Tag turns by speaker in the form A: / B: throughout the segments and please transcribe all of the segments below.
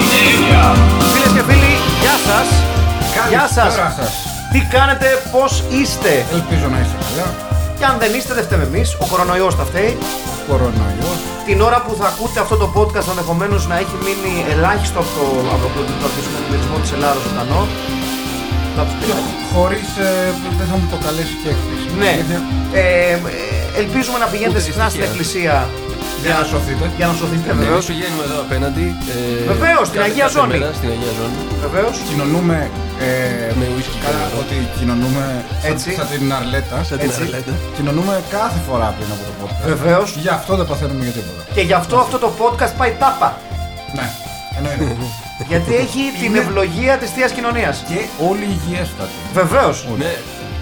A: Φίλε και φίλοι, γεια σα. Γεια σας.
B: Καλησπέρα σας.
A: Τι κάνετε, πώς είστε.
B: Ελπίζω να είστε καλά.
A: Και αν δεν είστε, δεν φταίμε εμείς. Ο κορονοϊός τα φταίει.
B: Κορονοϊός.
A: Την ώρα που θα ακούτε αυτό το podcast, ενδεχομένως να έχει μείνει ελάχιστο από το αγροπλωτικό αρχισμό τη Ελλάδα ζωντανό. Θα τους πει.
B: Χωρίς, ε, δεν θα μου το καλέσει και έκπληξη.
A: Ναι.
B: Γιατί
A: Ε, ε, ελπίζουμε να πηγαίνετε
C: Ούτε
A: συχνά στην
C: δυστυχία.
A: εκκλησία.
B: Για να σωθείτε.
A: Για να σωθείτε,
C: Βεβαίω
A: βεβαίως.
C: πηγαίνουμε εδώ απέναντι. Ε,
A: Βεβαίως, στην
C: κάθε-
A: Αγία
C: κάθε
A: Ζώνη.
C: μέρα Στην Αγία Ζώνη.
A: Βεβαίως.
B: Κοινωνούμε ε,
C: Με whisky
B: καλά,
C: βέβαια.
B: ότι κοινωνούμε
A: Έτσι.
B: σαν, σαν την Αρλέτα.
C: Σαν την
B: Έτσι.
C: Αρλέτα.
B: Κοινωνούμε κάθε φορά πριν από το podcast.
A: Βεβαίως.
B: Γι' αυτό δεν παθαίνουμε για τίποτα.
A: Και γι' αυτό αυτό το podcast πάει τάπα.
B: Ναι, εννοείται.
A: Γιατί έχει την
B: Είναι-
A: ευλογία της θείας κοινωνίας.
B: και όλοι υγιέστατοι.
A: Βεβαίω.
C: Ναι,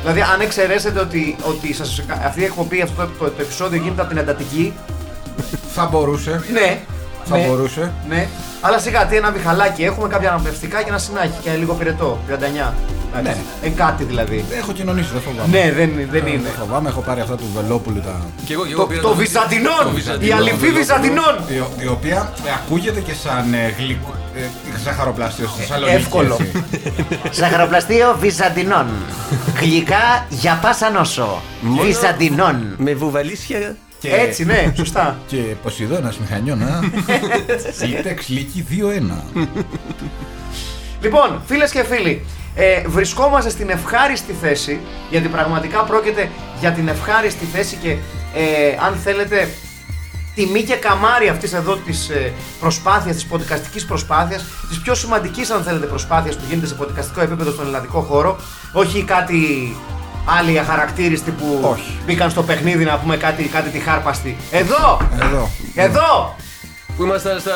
A: Δηλαδή, αν εξαιρέσετε ότι, ότι σας, αυτή η εκπομπή, αυτό το, το επεισόδιο γίνεται από την Αντατική.
B: Θα μπορούσε.
A: Ναι.
B: Θα
A: ναι,
B: μπορούσε.
A: Ναι. Αλλά σιγά τι, ένα διχαλάκι έχουμε, κάποια αναπνευστικά και ένα συνάχη και λίγο πυρετό. 39. Εντάξει. Ε, κάτι δηλαδή.
B: Έχω κοινωνήσει, δεν φοβάμαι.
A: Ναι, δεν, δεν
B: Ε,
A: είναι.
B: Δεν φοβάμαι, έχω πάρει αυτά του Βελόπουλου τα.
C: και εγώ, και εγώ
A: Το,
C: πήρα
A: το
C: το- το
A: Βυζαντινών! Η
C: Βυζαντινό,
A: αληφή
C: το-
A: Βυζαντινών!
B: Η, ο- η οποία ε, ακούγεται και σαν ε, γλυκό. Ε, ζαχαροπλαστείο στη Θεσσαλονίκη.
A: εύκολο.
B: έτσι.
D: Ζαχαροπλαστείο Βυζαντινών. Γλυκά για πάσα νόσο. Βυζαντινών.
C: Με βουβαλίσια.
B: Και-
A: Έτσι, ναι, σωστά.
B: Και Ποσειδώνας Μηχανιώνα. Λίτεξ Λίκη 2-1.
A: Λοιπόν, φίλες και φίλοι, ε, βρισκόμαστε στην ευχάριστη θέση, γιατί πραγματικά πρόκειται για την ευχάριστη θέση και ε, αν θέλετε τιμή και καμάρι αυτής εδώ της ε, προσπάθειας, της ποντικαστικής προσπάθειας, της πιο σημαντικής, αν θέλετε, προσπάθειας που γίνεται σε ποντικαστικό επίπεδο στον ελληνικό χώρο. Όχι κάτι άλλοι αχαρακτήριστοι που
B: Όχι.
A: μπήκαν στο παιχνίδι να πούμε κάτι, κάτι τη χάρπαστη. Εδώ!
B: Εδώ.
A: Εδώ!
C: Που είμαστε στα.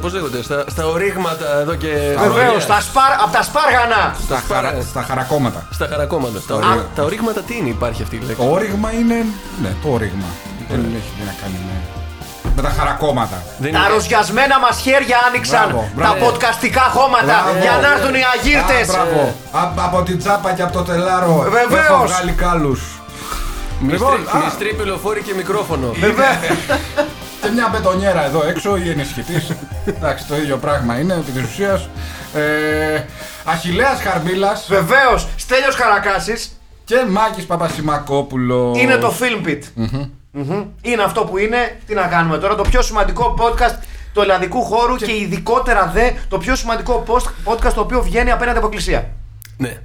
C: Πώς λέγονται, στα, στα ορίγματα εδώ και.
B: Ναι.
A: Βεβαίω,
C: στα,
A: από τα σπάργανα!
B: Στα, χαρα- στα χαρακόμματα.
C: στα χαρακόμματα. Τα,
B: ορίγματα.
C: ορί- τα ορίγματα τι είναι, υπάρχει αυτή η λέξη.
B: Το όριγμα είναι. Ναι, το όριγμα. Δεν έχει τι να κάνει με. Με τα χαρακόμματα.
C: Δεν
A: Τα
C: είναι-
A: ροσιασμένα μας χέρια άνοιξαν
B: Μπράβο,
A: τα
B: μπράβο.
A: ποτκαστικά χώματα
B: Μπράβο.
A: για να έρθουν οι
B: Α,
A: αγίρτε.
B: Μπράβο. Α, από την τσάπα και από το τελάρο.
A: Βεβαίως.
B: Έχω βγάλει κάλους.
C: μυστρή-
B: Λοιπόν, α.
C: Μυστρή πυλοφόρη και μικρόφωνο.
A: Ε-
B: Και μια μπετονιέρα εδώ έξω, η ενισχυτής. Εντάξει, το ίδιο πράγμα είναι επί της ουσίας. Ε, Αχηλέα Χαρμίλας
A: Βεβαίως, Στέλιος Καρακάση
B: και Μάκης Παπασημακόπουλος.
A: είναι το Film Pit. Μμμ. Είναι αυτό που είναι. Τι να κάνουμε τώρα. Το πιο σημαντικό podcast του ελλαδικού χώρου και, ειδικότερα δε το πιο σημαντικό post- podcast το οποίο βγαίνει απέναντι από εκκλησία.
C: Ναι.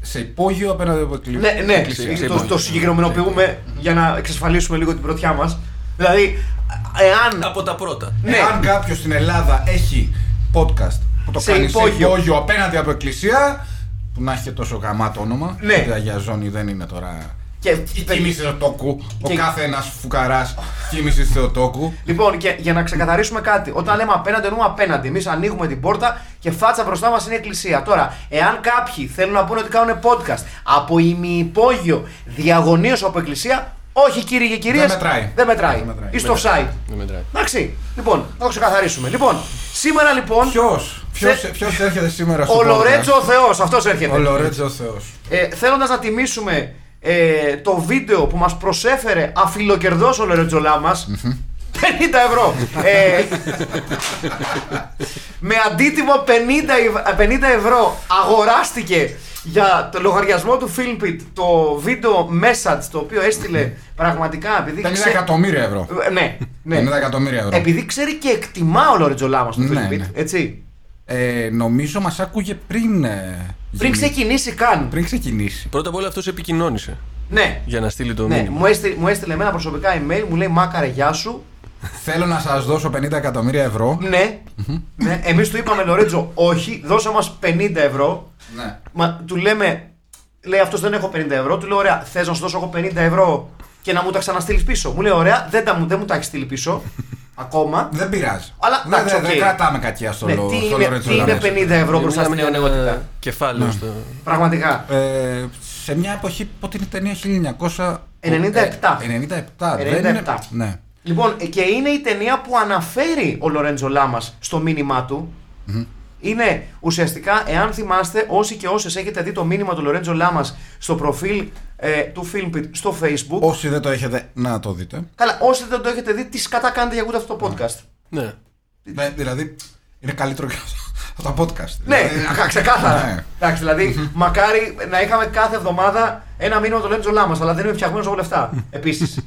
B: Σε υπόγειο απέναντι από εκκλη-
A: Ναι, ναι.
B: εκκλησία.
C: σε
A: Το,
C: υπόλοιπα.
A: το συγκεκριμενοποιούμε για να εξασφαλίσουμε λίγο την πρωτιά μας. Δηλαδή, εάν.
C: Από τα πρώτα.
A: Ναι.
B: Αν κάποιος στην Ελλάδα έχει podcast που το
A: Σε
B: κάνει σε
A: υπόγειο.
B: υπόγειο απέναντι από εκκλησία. που να έχει και τόσο γαμάτο όνομα.
A: Ναι.
B: Γιατί η Αγία Ζώνη δεν είναι τώρα.
A: Και,
B: Η κίνηση Θεοτόκου. Ο
A: Και-
B: κάθε ένας φουκαράς κίνηση Θεοτόκου.
A: Λοιπόν, και για να ξεκαθαρίσουμε κάτι, όταν λέμε απέναντι, εννοούμε απέναντι. Εμείς ανοίγουμε την πόρτα και φάτσα μπροστά μας είναι η εκκλησία. Τώρα, εάν κάποιοι θέλουν να πούνε ότι κάνουν podcast από ημιυπόγειο διαγωνίως από εκκλησία, όχι κύριοι και κυρίες.
B: Δεν μετράει.
A: Δεν μετράει.
B: Δεν μετράει.
A: Είστε offside.
C: Δεν μετράει.
A: Εντάξει. Λοιπόν, να το ξεκαθαρίσουμε. Λοιπόν, σήμερα λοιπόν.
B: Ποιος
A: Θε-
B: ποιος έρχεται σήμερα στο
A: Ο
B: podcast?
A: Λορέτζο ο Θεός, αυτός έρχεται.
B: Ο Λορέτζο Θεός.
A: Ε, θέλοντας να τιμήσουμε ε, το βίντεο που μας προσέφερε αφιλοκερδός ο Λερετζολά μας 50 ευρώ ε, Με αντίτιμο 50, ευ- 50 ευρώ αγοράστηκε για το λογαριασμό του Filmpit το βίντεο message το οποίο έστειλε πραγματικά επειδή
B: 50
A: ξέ-
B: εκατομμύρια ευρώ.
A: Ε, Ναι, ναι.
B: 50 εκατομμύρια ευρώ.
A: Επειδή ξέρει και εκτιμά ο Λορετζολά μας το
B: Ναι,
A: Filmpit,
B: ναι.
A: έτσι
B: Ε, νομίζω μας άκουγε πριν. Ε,
A: Πριν
B: γίνει-
A: ξεκινήσει καν
B: πριν ξεκινήσει.
C: Πρώτα απ' όλα αυτός επικοινώνησε
A: Ναι,
C: για να στείλει το
A: Ναι,
C: μήνυμα.
A: μου έστειλε, μου έστειλε εμένα προσωπικά email, μου λέει Μάκαρε, γεια σου.
B: Θέλω να σας δώσω 50 εκατομμύρια ευρώ.
A: Ναι. ναι. Εμείς του είπαμε Λορέτζο, όχι, δώσε μας 50 ευρώ.
B: Ναι.
A: Μα, του λέμε, λέει αυτός δεν έχω 50 ευρώ. Του λέω, ωραία, θες να σου δώσω εγώ 50 ευρώ και να μου τα ξαναστείλεις πίσω. Μου λέει: Ωραία, δεν, τα, μου- δεν μου τα έχεις στείλει πίσω ακόμα.
B: Δεν πειράζει.
A: Αλλά,
B: δεν,
A: εντάξει,
B: δεν- δεν
A: οκ.
B: κρατάμε κακιά στο,
A: Ναι,
B: λο,
A: τι,
B: στο
A: είναι,
B: Λορέτζο
A: τι είναι
B: Ντανέζο.
A: 50 ευρώ μπροστά στην
C: Μιλάμε για ένα
A: αιωνιότητα.
C: κεφάλαιο στο.
A: Πραγματικά.
B: Ε, σε μια εποχή πότε είναι η ταινία 1997.
A: 97.
B: 97. Δεν είναι,
A: 97.
B: ναι.
A: Λοιπόν, και είναι η ταινία που αναφέρει ο Λορέντζο Λάμας στο μήνυμά του. Είναι ουσιαστικά, εάν θυμάστε, όσοι και όσες έχετε δει το μήνυμα του Λορέντζο Λάμας στο προφίλ ε, του Filmpit στο Facebook.
B: Όσοι δεν το έχετε, να το δείτε.
A: Καλά, όσοι δεν το έχετε δει, τις σκατά κάνετε για ακούτε αυτό το podcast.
C: Ναι.
B: Ναι, δηλαδή, είναι καλύτερο και από τα podcast.
A: Ναι,
B: Δηλαδή,
A: κα- ξεκάθαρα.
B: ναι.
A: Εντάξει, δηλαδή, μακάρι να είχαμε κάθε εβδομάδα ένα μήνυμα του Λορέντζο Λάμας, αλλά δεν είμαι φτιαγμένος από λεφτά. Επίσης.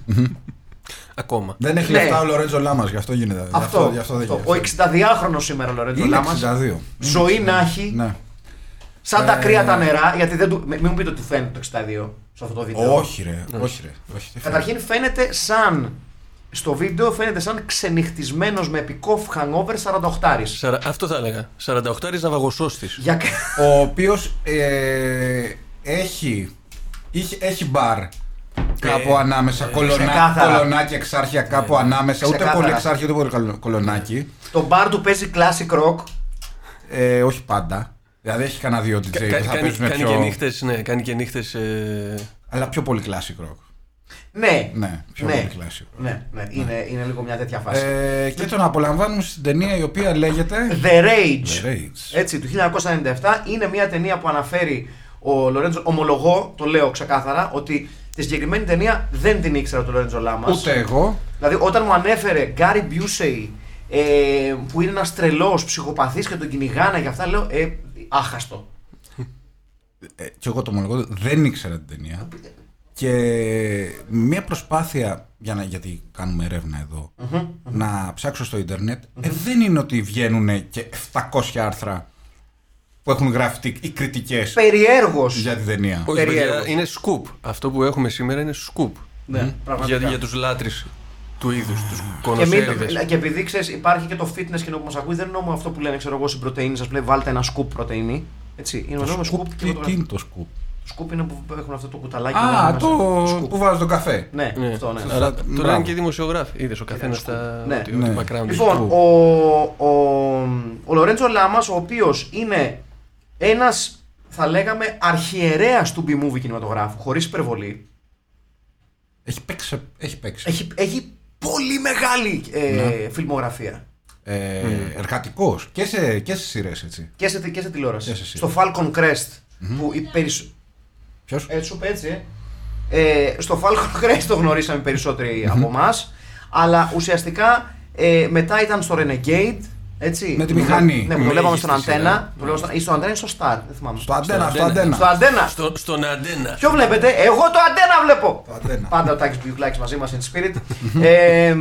C: Ακόμα.
B: Δεν έχει
A: Ναι.
B: λεφτά ο Λορέντζο Λάμας, γι' αυτό γίνεται. Γι'
A: αυτό.
B: γι' αυτό δεν
A: αυτό.
B: γίνεται.
A: Ο 62χρονο σήμερα ο Λορέντζο
B: Είναι
A: Λάμας.
B: 62.
A: Ζωή να έχει.
B: Ναι.
A: Σαν τα
B: Ε,
A: κρύα τα νερά, γιατί δεν του. Μην μου πείτε ότι φαίνεται το 62 σε αυτό το βίντεο.
B: Όχι, ρε.
C: Ναι.
B: Όχι, ρε. όχι, τι
A: Ναι. Καταρχήν φαίνεται σαν. Στο βίντεο φαίνεται σαν ξενυχτισμένος με επικό hangover 48.
C: Σαρα- Αυτό θα έλεγα. 48 ναυαγοσώστης.
A: Για... κα-
B: ο οποίος ε, έχει, είχε- έχει μπαρ κάπου ανάμεσα. κολονά,
A: Ε, ξεκάθαρα. Ναι,
B: κολονάκι εξάρχεια κάπου ανάμεσα. Ούτε
A: Ξεκάθαρα.
B: πολύ εξάρχεια ούτε πολύ καλο- κολονάκι.
A: το μπαρ του παίζει classic rock.
B: Ε, όχι πάντα. Δηλαδή έχει κανένα δύο DJ που θα
C: Κάνει,
B: παίζουν
C: κάνει και
B: πιο.
C: νύχτες, ναι, κάνει και νύχτες ε,
B: Αλλά πιο πολύ classic rock.
A: Ναι.
B: Ναι, πιο
A: ναι.
B: πολύ classic rock.
A: Ναι, ναι. Είναι, είναι λίγο μια τέτοια φάση.
B: Ε, και τον απολαμβάνουμε στην ταινία η οποία λέγεται.
A: The Rage.
B: The Rage.
A: Έτσι, του 1997 είναι μια ταινία που αναφέρει ο Λορέντζος. Ομολογώ, το λέω ξεκάθαρα, ότι τη συγκεκριμένη ταινία δεν την ήξερα του Λορέντζο Λάμας.
B: Ούτε εγώ.
A: Δηλαδή, όταν μου ανέφερε Γκάρι Μπιούσεϊ, ε, που είναι ένας τρελός ψυχοπαθής και τον κυνηγάνε και αυτά, λέω ε, άχαστο.
B: ε, κι εγώ το ομολογώ, δεν ήξερα την ταινία. Και μια προσπάθεια, για να, γιατί κάνουμε έρευνα εδώ, να ψάξω στο ιντερνετ, ε, δεν είναι ότι βγαίνουν και 700 άρθρα που έχουν γραφτεί οι κριτικές
A: Περιέργως.
B: για την ταινία.
C: Όχι,
A: Περίεργο.
C: παιδιά, είναι σκουπ. Αυτό που έχουμε σήμερα είναι σκουπ.
A: Ναι,
C: Για,
A: πραγματικά.
C: για τους λάτρεις του είδους, τους
A: και, μην-
C: κονοσέριδες.
A: και επειδή ξέρεις, υπάρχει και το fitness και το που μας ακούει, δεν είναι μόνο αυτό που λένε, ξέρω εγώ, στην πρωτενη. Σα λέει, βάλτε ένα σκουπ πρωτενη. Έτσι, είναι
B: Το
A: το σκουπ
B: σκουπ,
A: και
B: τι,
A: με το
B: τι είναι το σκουπ.
A: σκουπ είναι που έχουν αυτό το κουταλάκι.
B: Α,
A: μέσα.
B: το
A: Σκουπ.
B: που βάζω τον καφέ.
A: Ναι, αυτό ναι.
C: Αλλά
B: Μπράβο.
C: τώρα είναι και δημοσιογράφοι. Είδες ο καθένας τα
A: Ναι.
C: ότι-
B: Ναι.
C: ότι background.
A: Λοιπόν,
B: Του.
A: ο, ο, ο Λορέντζο Λάμας, ο οποίος είναι ένας, θα λέγαμε, αρχιερέας του B-movie κινηματογράφου, χωρίς υπερβολή.
B: Έχει παίξει. Έχει παίξει.
A: Έχει, έχει πολύ μεγάλη ε,
B: Ναι.
A: φιλμογραφία.
B: Ε, εργατικός και σε, και σε σειρές έτσι.
A: Και σε, και σε τηλεόραση.
B: Και σε
A: στο Falcon Crest. Που οι περισ...
B: Ποιος?
A: ε, σου είπε έτσι, ε. Ε, στο Falcon Crest το γνωρίσαμε περισσότεροι από εμάς. Αλλά ουσιαστικά ε, μετά ήταν στο Renegade. Έτσι,
B: Με τη
A: Που-
B: μηχανή.
A: Ναι, που το
B: Με
A: λέγαμε
C: έχεις
A: στον
C: στη σειρά.
A: Αντένα. Το λέγαμε στον- Ή στο Αντένα ή στο Star. Δεν θυμάμαι.
B: Στο αντένα, στο
C: αντένα.
B: αντένα.
A: Στο Αντένα.
C: Στο, στον Αντένα.
A: Ποιο βλέπετε, εγώ το αντένα βλέπω.
B: Το Αντένα.
A: Πάντα ο Τάκης Μπιουκλάκης μαζί μας in spirit. ε, ε,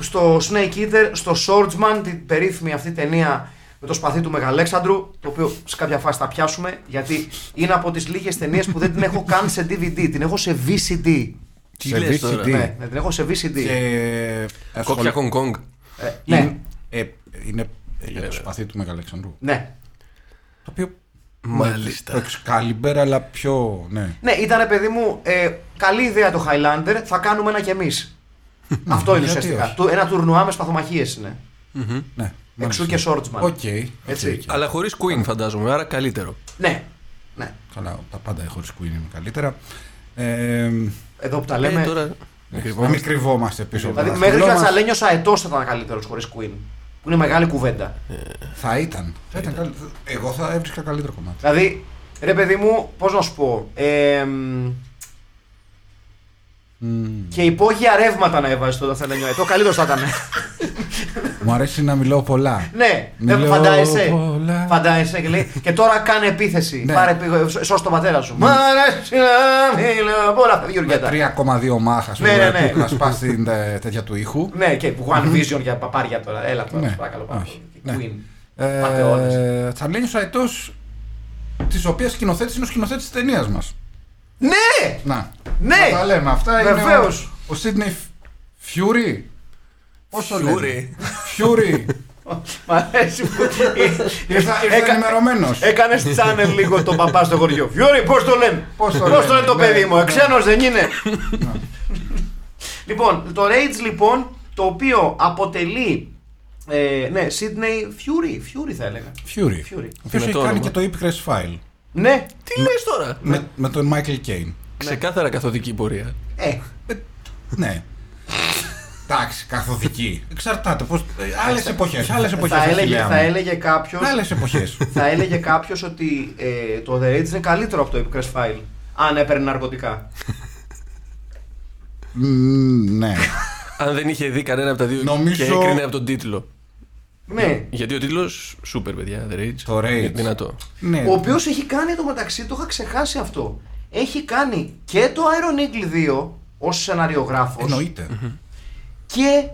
A: στο Snake Eater, στο Swordsman, την περίφημη αυτή ταινία με το σπαθί του Μεγαλέξανδρου, το οποίο σε κάποια φάση θα πιάσουμε, γιατί είναι από τις λίγες ταινίες που δεν την έχω καν σε DVD, την έχω σε VCD.
C: Τι
B: σε
C: λες τώρα.
B: VCD.
A: Ναι, ναι, την έχω σε VCD.
B: Και
C: Κόπια
B: ασχολ-
C: Hong Kong.
A: Ναι,
B: Ε, είναι για το σπαθί του Μεγαλεξανδρού.
A: ναι.
B: Το οποίο.
C: Μάλιστα.
B: Το Excalibur, αλλά πιο. Ναι.
A: Ναι, ήταν παιδί μου, ε, καλή ιδέα το Highlander, θα κάνουμε ένα κι εμείς. Αυτό είναι
B: γιατί
A: ουσιαστικά.
B: όχι.
A: Του- Ένα τουρνουά με σπαθομαχίες είναι.
B: ναι
A: Εξού
B: μάλιστα.
A: και Swordsman.
B: Οκ.
A: Έτσι.
B: Έτσι.
C: Αλλά χωρίς Queen φαντάζομαι, άρα καλύτερο.
A: Ναι, ναι.
B: Καλά, τα πάντα χωρίς Queen είναι καλύτερα. Ε,
A: Εδώ που τα
C: Ε,
A: λέμε.
C: τώρα... Λοιπόν,
B: να μην κρυβόμαστε πίσω από
A: Δηλαδή,
B: το
A: μέχρι και ο
B: δάχτυλό μας.
A: Ατσαλένιο Αετό θα ήταν καλύτερος χωρίς Queen. Που είναι μεγάλη κουβέντα.
B: Ε. Θα ήταν. Θα ήταν καλύτερο. Εγώ θα έβρισκα καλύτερο κομμάτι.
A: Δηλαδή, ρε παιδί μου, πώς να σου πω. εμ, Και υπόγεια ρεύματα να έβαζε το Ατσαλένιο Αετό, καλύτερο θα ήταν.
B: Μου αρέσει να μιλάω πολλά.
A: ναι, δεν
B: Μιλάω
A: φαντάζεσαι.
B: πολλά.
A: Φαντάζεσαι και λέει. Και τώρα κάνε επίθεση.
B: Ναι.
A: Πάρε πήγο, σώσ' τον πατέρα σου. Μ' αρέσει να μιλάω. Πολλά αυτά,
B: Με
A: Γεωργιάτα.
B: 3,2 μάχας
A: Ναι, ναι, ναι.
B: να σπάσει την ε, τέτοια του ήχου.
A: Ναι, και One Vision για παπάρια τώρα. Έλα τώρα,
B: Ναι.
A: σε παρακαλώ πάρα
B: Όχι.
A: πολύ.
B: Ναι.
A: Queen. Πατεώνες.
B: Ε, Τσαρλίνιος Αετός της οποίας σκηνοθέτης είναι ο σκηνοθέτης της ταινίας μας.
A: Ναι!
B: Να.
A: Ναι.
B: Να τα λέμε αυτά.
A: Βεβαίως.
B: Είναι ο, ο Σίδνεϊ Φιούρι. Πόσο
C: Fury.
B: λέει. Φιούρι.
A: Μ' αρέσει που.
B: Ήρθα, ήρθα ενημερωμένος.
A: Έκανες channel λίγο τον παπά στο χωριό. Φιούρι, πώς το λένε.
B: Πώς το
A: Πώς
B: λένε,
A: το
B: ναι,
A: παιδί μου,
B: ναι.
A: εξένο δεν είναι. Λοιπόν, το Rage λοιπόν, το οποίο αποτελεί. Ε, ναι, Sydney Fury, Fury θα έλεγα.
B: Fury.
A: Fury.
B: Ο οποίος έχει
C: το
B: κάνει και
C: όνομα.
B: το Ipcrest File.
A: Ναι,
C: Τι λες τώρα.
B: Με, με τον Michael Caine.
C: Ξεκάθαρα καθοδική πορεία.
A: ε,
B: Ναι. Εντάξει, καθοδική. Εξαρτάται. Πώς... Άλλες εποχέ. Άλλες εποχές.
A: Ε, θα έλεγε, θα έλεγε κάποιος
B: Άλλες εποχές.
A: θα έλεγε κάποιος ότι ε, το The Rage είναι καλύτερο από το Epicrest File αν έπαιρνε ναρκωτικά.
B: Ναι.
C: Αν δεν είχε δει κανένα από τα δύο
B: Νομίζω-
C: και έκρινε από τον τίτλο.
A: ναι.
C: Γιατί ο τίτλος. Σούπερ, παιδιά. The Rage. Ε,
B: Το Rage.
C: Δυνατό.
B: ναι.
A: Ο οποίος έχει κάνει το μεταξύ, το είχα ξεχάσει αυτό. Έχει κάνει και το Iron Eagle 2 ως σεναριογράφος
B: Εννοείται.
A: και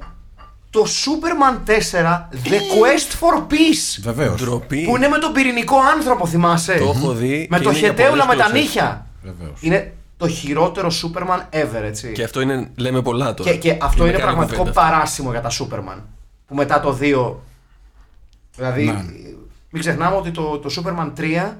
A: το Superman 4
B: Ε.
A: The Quest for Peace.
B: Βεβαίως.
C: Ντροπή.
A: Που είναι με τον πυρηνικό άνθρωπο, θυμάσαι.
C: Το έχω δει.
A: Με
C: και
A: το
C: είναι για
A: χετέουλα με
C: πολλές
A: τα
C: γλώσσες.
A: νύχια.
B: Βεβαίως.
A: Είναι το χειρότερο Superman ever, έτσι.
C: Και αυτό είναι. Λέμε πολλά τώρα.
A: Και, και αυτό είναι
C: μεγάλη
A: πραγματικό
C: κουβέντα.
A: παράσημο για τα Σούπερμαν. Που μετά το 2. Δηλαδή,
B: Ναι.
A: μην ξεχνάμε ότι το, το Σούπερμαν 3.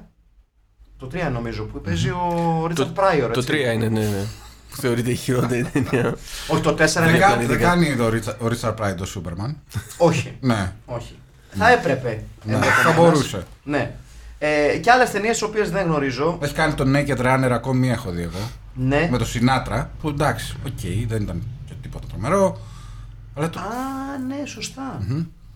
A: Το 3 νομίζω που παίζει ο Ρίτσαρτ Πράιορ.
C: Το 3 είναι, ναι, ναι. Που θεωρείται η χειρότερη ταινία.
A: Όχι, το 4
B: Δεν
A: είναι.
B: κα- δεν κάνει το Ρίτσα- ο Ρίτσαρ Πράιντ το Σούπερμαν.
A: Όχι.
B: Ναι.
A: όχι. Θα έπρεπε.
B: Ναι.
A: ενδεχομένως.
B: Θα μπορούσε.
A: Ναι. Ε, και άλλες ταινίες τις οποίες δεν γνωρίζω.
B: Έχει κάνει το Naked Runner ακόμη μία έχω δει εγώ.
A: Ναι.
B: Με το Σινάτρα. Που εντάξει, οκ, δεν ήταν και τίποτα τρομερό. Αλλά το,
A: Α, ναι, σωστα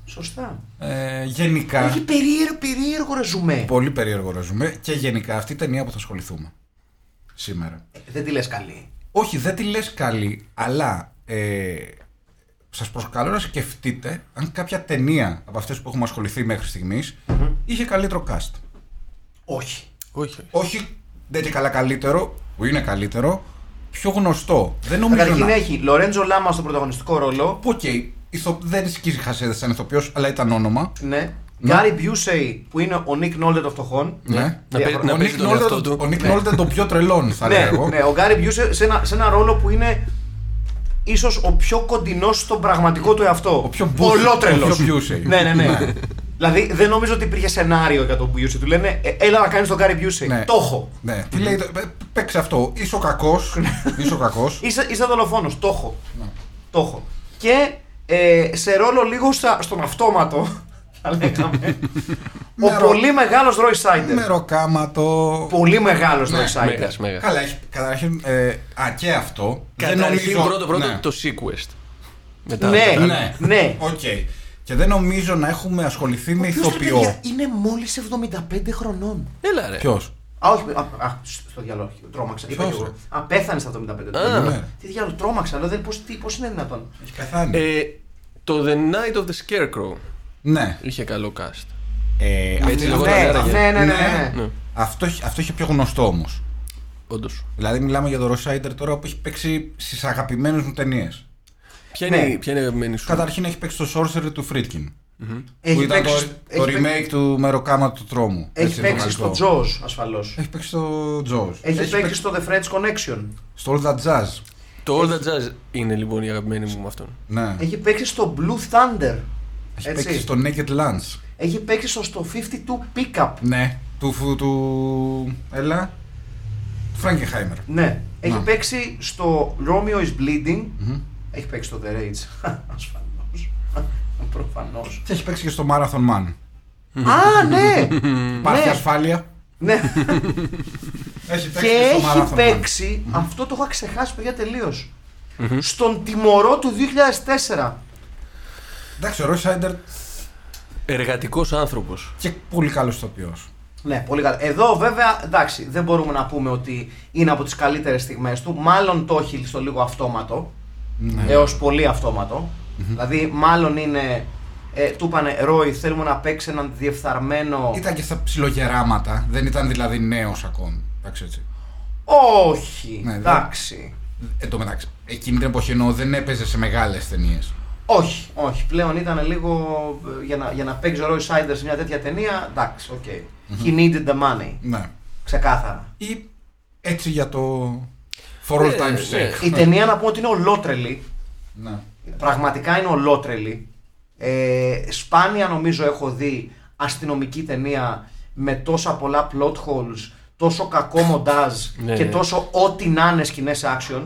A: Σωστά.
B: ε, γενικά.
A: Έχει περίεργο, περίεργο ρεζουμέ.
B: Πολύ περίεργο ρεζουμέ και γενικά αυτή η ταινία που θα ασχοληθούμε σήμερα.
A: Δεν τη λες καλή.
B: Όχι, δεν τη λες καλή, αλλά ε, σας προσκαλώ να σκεφτείτε αν κάποια ταινία από αυτές που έχουμε ασχοληθεί μέχρι στιγμής είχε καλύτερο cast.
A: Όχι.
C: Όχι.
B: Όχι, δεν και καλά καλύτερο, που είναι καλύτερο, πιο γνωστό. Δεν νομίζω
A: Καταρχήν
B: να...
A: έχει Λορέντζο Λάμα στον πρωταγωνιστικό ρόλο.
B: Που, οκ, ηθο... δεν σκίζει χασέδες σαν ηθοποιός, αλλά ήταν όνομα.
A: Ναι.
B: Ναι.
A: Γκάρι Μπιούσεϊ που είναι ο Νίκ Νόλτε των φτωχών.
B: Ναι.
C: Να παίζει-
B: Ο
C: να παίζει
B: Νίκ
C: τον
B: Νόλτε
C: εαυτό
B: το-
C: του. Ναι.
B: ο Nick Nolte ήταν το πιο τρελόν, θα
A: ναι,
B: λέγω.
A: ναι, ο Γκάρι Μπιούσεϊ σε ένα, σε ένα ρόλο που είναι ίσως ο πιο κοντινός στον πραγματικό του εαυτό.
B: Ο πιο Μπιούσεϊ.
A: Πολλότρελος.
B: Ο πιο Μπιούσεϊ.
A: Ναι, ναι, ναι.
B: Ναι.
A: δηλαδή δεν νομίζω ότι υπήρχε σενάριο για τον Μπιούσεϊ. Του λένε «Ε, έλα να κάνεις τον Γκάρι Μπιούσεϊ.
B: Ναι.
A: Το έχω. Ναι.
B: Ναι. Τι λέει, το- ε, παίξε αυτό. Είσαι ο κακός. Είσαι ο κακός.
A: Είσαι, είσαι δολοφόνος. Το έχω.
B: Ναι.
A: Το έχω. Και ε, σε ρόλο λίγο στα- στον αυτόματο, θα λέγαμε,
B: Με
A: ο
B: ρο-
A: πολύ μεγάλος Ρόι Σάιντερ.
B: Με ροκάματο.
A: Πολύ μεγάλος Ρόι Σάιντερ.
C: Μέγα, μέγα.
B: Καλά, έχει, καταρχήν. Ε, α, και αυτό.
C: Καταρχήν πρώτο πρώτο
B: ναι.
C: το Sequest. Μετά,
A: Ναι.
C: μετά.
B: Ναι.
A: Ναι.
B: Οκ. Και δεν νομίζω να έχουμε ασχοληθεί με
A: Ποιος, ρε, παιδιά,
B: ηθοποιό.
A: Είναι μόλις 75 χρονών.
C: Έλα ρε.
B: Ποιος.
A: Α, όχι. Α, α, στο διάλογο. Τρόμαξα. Είπα και
B: Σώσε.
A: εγώ. Α, πέθανε στα 75
C: Α.
B: Ναι.
A: λεπτά. Τι διάλογο, τρόμαξα. Λέω, δεν, πώς, τι, πώς είναι δυνατόν.
B: Έχει πεθάνει.
C: Ε, το The Night of the Scarecrow
B: ναι.
C: είχε καλό cast.
B: Ε, αυτή-
C: λεγόταν
B: ναι,
C: άραγε.
A: ναι, ναι, ναι, ναι.
C: Ναι.
B: Αυτό, έχει- αυτό είχε πιο γνωστό όμως.
C: Όντως.
B: Δηλαδή, μιλάμε για τον Ροσάιντερ τώρα που έχει παίξει στις αγαπημένες μου ταινίες.
C: Ποια είναι,
A: Ναι.
C: η- ποια είναι η αγαπημένη σου.
B: Καταρχήν έχει παίξει το Sorcerer του Φρίτκιν. Που
A: Έχει
B: ήταν
A: παίξει,
B: το, το
A: έχει
B: remake
A: παίξει-
B: του Μεροκάμα του Τρόμου.
A: έχει
B: Έτσι, το Ε,
A: παίξει στο
B: γαλλικό.
A: Jaws ασφαλώς.
B: Έχει παίξει στο Jaws.
A: Έχει, παίξει στο The French Connection.
B: στο All That Jazz.
C: Το All That Jazz είναι λοιπόν η αγαπημένη μου με αυτόν.
B: Ναι.
A: Έχει παίξει στο Blue Thunder.
B: Έχει
A: Έτσι.
B: παίξει στο Naked Lunch.
A: Έχει παίξει στο, στο 52 Pickup.
B: Ναι. Του. φου- του έλα. Του Φραγκεχάιμερ.
A: Ναι. Έχει
B: Να.
A: παίξει στο Romeo is Bleeding. Έχει παίξει στο The Rage. Ασφαλώς. Προφανώς.
B: Και έχει παίξει και στο Marathon Man.
A: Α, ναι!
B: Υπάρχει
A: Ναι.
B: ασφάλεια.
A: ναι.
B: Έχει παίξει
A: Και
B: στο Marathon
A: έχει
B: Man.
A: παίξει, αυτό το είχα ξεχάσει παιδιά τελείως, στον τιμωρό του 2004.
B: Εντάξει, ο Roy Σάιντερ
C: Εργατικός άνθρωπος.
B: και πολύ καλός ηθοποιός.
A: Ναι, πολύ καλά. Εδώ βέβαια, εντάξει, δεν μπορούμε να πούμε ότι είναι από τις καλύτερες στιγμές του. Μάλλον το έχει στο λίγο αυτόματο,
B: Ναι.
A: έως πολύ αυτόματο. Δηλαδή, μάλλον είναι, ε, του είπανε, Ρόι, θέλουμε να παίξεις έναν διεφθαρμένο...
B: Ήταν και στα ψιλογεράματα. Δεν ήταν δηλαδή νέος ακόμη. Εντάξει, έτσι.
A: Όχι,
B: Ναι, δεν-
A: εντάξει.
B: Εν τω μεταξύ, εκείνη την εποχή εννοώ δεν έπαιζε σε μεγάλες ταινίες.
A: Όχι, όχι. Πλέον ήταν λίγο ε, για να, για να παίξει ο Ρόι Σάιντερ σε μια τέτοια ταινία. Εντάξει, οκ. He needed the money.
B: Ναι.
A: Ξεκάθαρα.
B: Ή έτσι για το. For all
C: Ε,
B: time's
C: ναι.
B: sake.
A: Η ταινία να πω ότι είναι ολότρελη.
B: Ναι.
A: Πραγματικά είναι ολότρελη. Ε, σπάνια νομίζω έχω δει αστυνομική ταινία με τόσα πολλά plot holes, τόσο κακό μοντάζ
C: Ναι,
A: και
C: ναι.
A: τόσο ό,τι να είναι σκηνές action.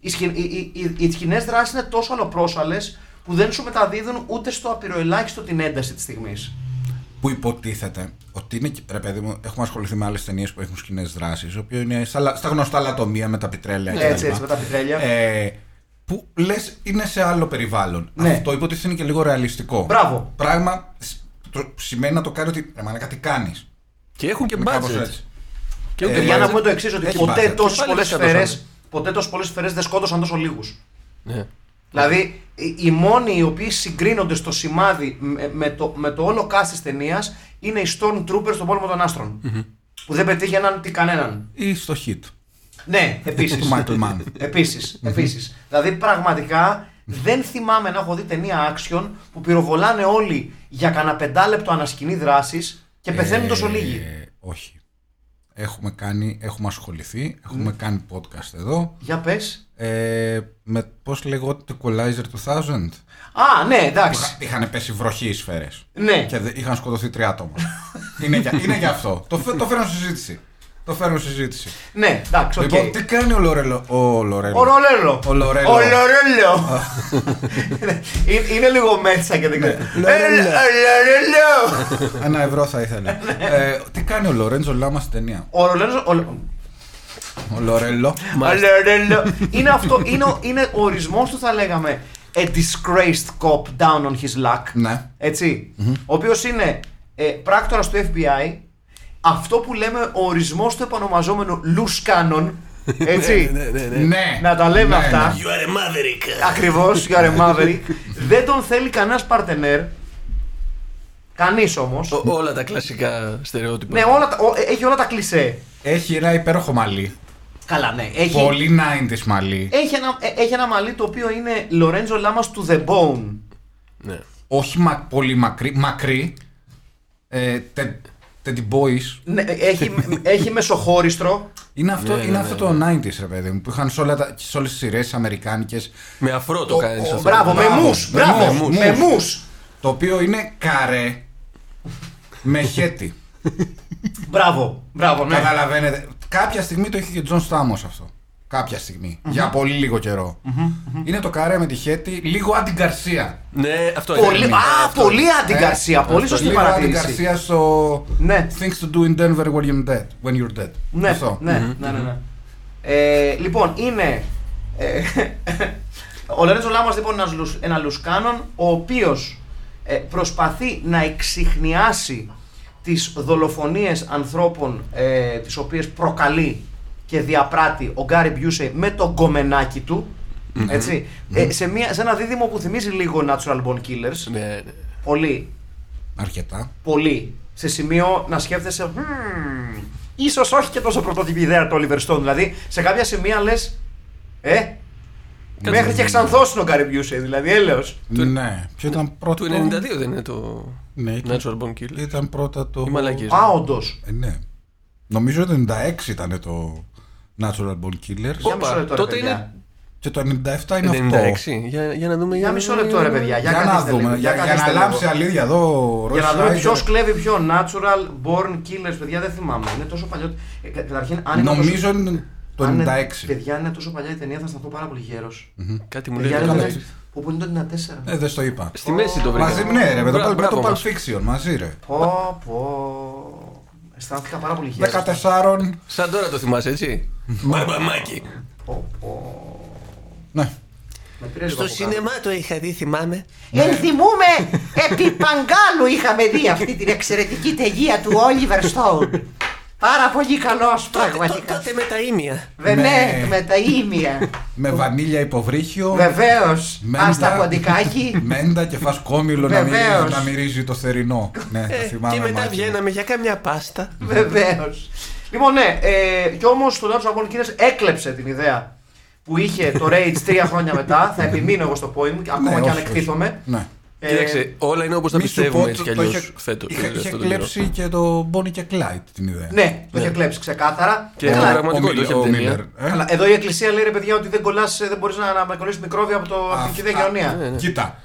A: οι, σχοι- οι, οι, οι, οι τχινές δράσεις είναι τόσο αλλοπρόσαλες που δεν σου μεταδίδουν ούτε στο απειροελάχιστο την ένταση της στιγμής.
B: που υποτίθεται ότι είναι. Ρε παιδί μου, έχουμε ασχοληθεί με άλλες ταινίες που έχουν σκηνές δράσει, οποίο είναι στα, λα- στα γνωστά λατομεία με τα πιτρέλαια. κτλ.
A: Ναι, έτσι, έτσι, με τα πιτρέλαια.
B: Ε, που λες είναι σε άλλο περιβάλλον.
A: Ναι.
B: Αυτό υποτίθεται είναι και λίγο ρεαλιστικό.
A: Μπράβο.
B: Πράγμα σ- το, σημαίνει να το κάνει ότι. Ρε μαλάκα, τι κάνεις.
C: Και έχουν και
B: Κάπως
C: budget.
B: έτσι.
C: Και έχουν
B: Ε,
C: και
A: Για να
C: budget.
A: πούμε το εξής, ότι
B: Έχει
A: ποτέ
B: μπάτζετ.
A: τόσε
C: Και πάλι
A: πολλές
C: τους
A: σφαίρε
C: σκότωσαν.
A: ποτέ τόσες πολλές σφαίρες δεν σκότωσαν τόσο λίγους.
C: Ναι.
A: Δηλαδή, οι- οι μόνοι οι οποίοι συγκρίνονται στο σημάδι με, με το, με το όλο cast της ταινίας είναι οι Stormtroopers στον πόλεμο των άστρων. Που δεν πετύχει έναν τι κανέναν.
B: Ή στο hit.
A: Ναι, επίσης.
B: Του Michael Mann.
A: Επίσης, επίσης. Δηλαδή πραγματικά δεν θυμάμαι να έχω δει ταινία action που πυροβολάνε όλοι για κανένα πεντάλεπτο ανασκηνή δράσης και Ε, πεθαίνουν τόσο λίγοι.
B: Ε, όχι. Έχουμε κάνει, έχουμε ασχοληθεί, έχουμε κάνει podcast εδώ.
A: Για πες.
B: Ε, με πώς λεγόταν το Equalizer 2000.
A: Α, ναι, εντάξει.
B: Είχαν πέσει βροχή οι σφαίρες.
A: Ναι.
B: Και δε- είχαν σκοτωθεί τρία άτομα. είναι, για, είναι για αυτό. Το, φε- το φέρνω στη συζήτηση. Το φέρνω στη συζήτηση.
A: Ναι, εντάξει, οκ.
B: Λοιπόν, τι κάνει ο Λορέλο. Ο Λορέλο.
A: Ο Ρολέλο.
B: Ο Λορέλο.
A: Ο Λορέλο. Είναι- Είναι λίγο μέτσα και δεν ξέρω. Ε,
B: Ναι. Λορέλο.
A: Ο Λορέλο.
B: Ένα ευρώ θα ήθελα.
A: Ναι.
B: ε, τι κάνει ο Λορέντζο Λάμα στην ταινία.
A: Ο Ρολέλο. ο Λο-
B: Ο Λορέλο.
A: Αλλά, ρε, λε. είναι αυτό, είναι, ο- είναι ο ορισμός του θα λέγαμε A disgraced cop down on his luck
B: Ναι.
A: ετσι Ο οποίος είναι ε, πράκτορας του FBI Αυτό που λέμε ο ορισμός του επανομαζόμενου loose cannon Έτσι
C: Ναι, ναι, ναι.
B: ναι.
A: Ε, Να τα λέμε
B: Ναι,
A: αυτά
B: ναι.
C: You are a maverick.
A: Ακριβώς, you are a maverick Δεν τον θέλει κανένας παρτενέρ Κανείς όμως
C: Ο- Όλα τα κλασικά στερεότυπα.
A: Ναι, όλα τα- ο- έχει όλα τα κλισέ
B: Έχει ένα υπέροχο μαλλί.
A: Καλά, ναι, έχει,
B: Πολύ 90s μαλλί.
A: έχει, ένα, ε, έχει ένα μαλλί το οποίο είναι Λορέντζο Λάμας του The Bone
C: Ναι.
B: Όχι μα, πολύ μακρύ. Μακρύ. Ε, τε, Teddy Boys.
A: Ναι, έχει, έχει μεσοχώριστρο.
B: Είναι αυτό,
C: Ναι,
B: είναι
C: ναι,
B: αυτό
C: ναι.
B: το 90s, ρε παιδί μου, που είχαν σε, όλα τα, σε όλες τις σειρές τις αμερικάνικες.
C: Με αφρό το
B: Ο-
C: κάνεις
B: ο-
C: αυτό.
A: Μπράβο, με
B: Μπράβο,
A: μους,
B: με
A: μπράβο,
B: μους,
A: με
B: μους.
A: μους.
B: Το οποίο είναι καρέ με χέτι.
A: Μπράβο, μπράβο, ναι.
B: Καταλαβαίνετε. Κάποια στιγμή το είχε και Τζον Στάμος αυτό. Κάποια στιγμή. Για πολύ λίγο καιρό. Είναι το καρέ με τη χέτι, λίγο αντιγκαρσία.
C: Ναι, αυτό
A: Πολύ, ε,
C: είναι.
A: α,
C: Αυτό.
A: πολύ αντιγκαρσία, πολύ σωστή
B: Ε, λίγο
A: παρατήρηση.
B: αντιγκαρσία στο
A: Ναι.
B: Things to do in Denver when you're dead. When you're dead.
A: Ναι,
B: Αυτό.
A: ναι, ναι, ναι, ναι. Ε, Λοιπόν, είναι... ε, Ο Λορέντζο Λάμας λοιπόν είναι ένας λους- ένα λουσκάνον ο οποίος ε, προσπαθεί να εξηχνιάσει τις δολοφονίες ανθρώπων ε, τις οποίες προκαλεί και διαπράττει ο Γκάρι Μπιούσε με το γκομενάκι του ετσι Ε, σε, μια, σε ένα δίδυμο που θυμίζει λίγο Natural Born Killers
C: Ναι, ναι.
A: πολύ,
B: Αρκετά.
A: πολύ σε σημείο να σκέφτεσαι «Μμμ, ίσως όχι και τόσο πρωτότυπη ιδέα του Oliver Stone δηλαδή σε κάποια σημεία λες ε, μέχρι και ξανθός είναι ο Gary Busey δηλαδή έλεος
B: ναι. Ποιο ήταν πρώτο.
C: Του 92 δεν είναι το
B: Ναι, και-
C: Natural Born Killer.
B: Ήταν πρώτα το.
C: Οι μαλακίες.
A: α όντως
B: Ε, ναι. Νομίζω το 96 ήταν το Natural Born Killers.
A: για μισό
C: Όπα,
A: λεπτό ρε
C: τότε
A: παιδιά
C: είναι-
B: Και το 97 είναι αυτό.
C: 96. Για, για να δούμε.
A: για μισό λεπτό ρε παιδιά
B: Για,
A: για,
B: να
A: καθίστε
B: δούμε.
A: λίγο,
B: για, για
A: καθίστε
B: να
A: λίγο.
B: λάμψει αλήθεια εδώ ο
A: για να
B: Ross
A: δούμε
B: Heiser.
A: ποιος κλέβει πιο natural born killers, παιδιά δεν θυμάμαι. Είναι τόσο παλιό. Ε, κα- καταρχήν, αν είναι
B: Νομίζω
A: τόσο...
B: είναι το
A: αν είναι-
B: 96.
A: Παιδιά, αν είναι τόσο παλιά η ταινία, θα σταθώ πάρα πολύ γέρος.
C: Κάτι μου λέει.
A: Παιδιά,
C: καλά.
A: είναι
B: εντάξει.
A: Που που είναι το 94.
B: Ε, δεν στο είπα.
C: Στη μέση το βρήκα.
B: Μαζί, ναι, ρε, με το,
C: Μπρα-
B: Pulp- με το
C: μπράβο
B: Pulp
C: μας.
B: Fiction μαζί, ρε.
A: Πω, πω. Αισθάνθηκα πάρα πολύ χαίρομαι.
B: 14.
C: Σαν τώρα το θυμάσαι, έτσι. Μπαμπα Μάκη.
A: Πω, πω.
B: Ναι.
A: Με πήρε λίγο από κάτω.
C: το είχα δει, θυμάμαι.
D: Ενθυμούμε επί Παγκάλου είχαμε δει αυτή την εξαιρετική ταινία του Oliver Stone. Πάρα πολύ καλός πραγματικά.
C: με τα ίμια.
D: Δεν
B: Ναι.
D: ναι, με τα ίμια.
B: Με βανίλια υποβρύχιο.
D: Βεβαίως.
B: Μέντα.
D: Ας τα ποντικάκι.
B: Μέντα και φασκόμηλο να,
D: Βεβαίως.
B: μυρίζει, να μυρίζει το θερινό. ναι,
C: Ε,
B: το θυμάμαι. Μάκη.
C: για καμιά πάστα.
A: Βεβαίως. Λοιπόν, ναι, ε, και όμω το Natural Born Killers έκλεψε την ιδέα που είχε το Rage τρία χρόνια μετά. θα επιμείνω εγώ στο point μου, ακόμα
B: Ναι,
A: και αν
B: όχι, όχι.
A: εκτίθομαι.
B: Ναι.
A: Ε,
C: Κοίταξε, όλα είναι όπως τα
B: Μη σου πω,
C: πιστεύουμε έτσι
B: το-
C: κι δηλαδή,
B: το
C: αλλιώς
B: είχε-
C: φέτος.
B: Είχε, είχε κλέψει και το Bonnie και Clyde την ιδέα.
A: Ναι, το είχε κλέψει ξεκάθαρα.
C: Και
A: Καλά,
C: το πραγματικό
B: ο
C: το είχε
B: Miller,
C: από
B: ο
C: την ταινία.
B: Miller, ε.
A: Καλά, εδώ η Εκκλησία λέει ρε παιδιά ότι δεν κολλάς,
C: Ναι,
A: ε, δεν μπορείς να, να με κολλήσεις μικρόβια από το από την
B: Αυτά.
A: κηδεία γειτονία.
B: Κοίτα.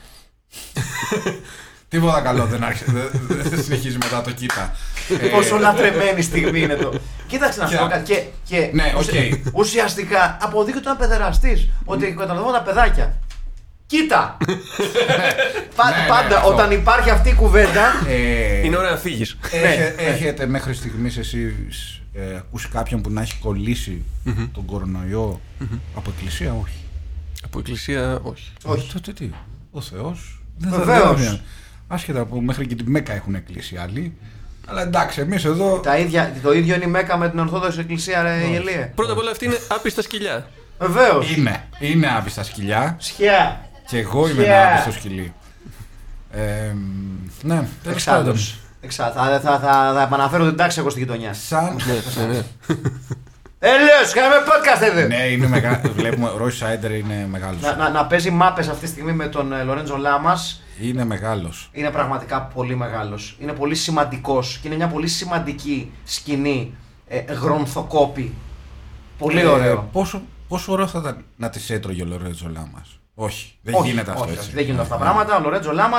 B: Τίποτα καλό δεν άρχισε. δεν- Δεν συνεχίζει μετά το κοίτα. Ε,
C: Λοιπόν,
A: Πόσο λατρεμένη στιγμή είναι το. Κοίταξε να σου πω
B: Κοίτα.
A: κάτι. Και, και
B: Ναι, οκ.
A: ουσια- ουσιαστικά αποδείχτηκε ότι ήταν παιδεραστής. Ότι καταλαβαίνω τα παιδάκια. Κοίτα! Πα-
B: Ναι, ναι,
A: πάντα
B: αυτό.
A: όταν υπάρχει αυτή η κουβέντα.
B: ε,
C: Είναι ώρα ναι, να φύγει.
B: έχε- Έχετε μέχρι στιγμής εσείς ακούσει κάποιον που να έχει κολλήσει τον κορονοϊό από εκκλησία, όχι.
C: Από εκκλησία, όχι.
A: Όχι.
B: Ε, Τότε τι. Ο Θεός. Δεν θα
A: Βεβαίως.
B: δει. Άσχετα που μέχρι και τη Μέκα έχουν εκκλήσει άλλοι. Αλλά εντάξει, εμείς εδώ.
A: Τα ίδια, το ίδιο είναι η Μέκα με την Ορθόδοξη Εκκλησία, ρε Γελίε.
C: Πρώτα απ' όλα αυτή είναι άπιστα σκυλιά.
A: Βεβαίως.
B: Είναι. Είναι άβυστα σκυλιά.
A: Σχιά.
B: Και εγώ είμαι
A: Yeah.
B: ένα άβυστο σκυλί. Ε, ναι, τέλο
A: Εξάλλου.
B: πάντων.
A: Εξά- Θα, θα, θα, θα επαναφέρω την τάξη εγώ στη γειτονιά.
B: Σαν.
C: Ναι,
A: Ε, λέω, κάνουμε podcast, εδώ.
B: ναι, είναι μεγάλο. Βλέπουμε, ο Ρόι Σάιντερ είναι μεγάλος.
A: Να, να, να παίζει μάπες αυτή τη στιγμή με τον ε, Λορέντζο Λάμας.
B: Είναι μεγάλος.
A: είναι πραγματικά πολύ μεγάλος. Είναι πολύ σημαντικός και είναι μια πολύ σημαντική σκηνή ε, γρονθοκόπη.
B: Ε,
A: Πολύ ωραίο.
B: πόσο, πόσο ωραίο θα ήταν να τη έτρωγε ο Λορέτζο Λάμας. Όχι, δεν
A: Όχι,
B: γίνεται αυτό
A: όχι,
B: έτσι.
A: Δεν γίνονται αυτά
B: Ναι,
A: τα πράγματα. Ο Λορέτζο Λάμα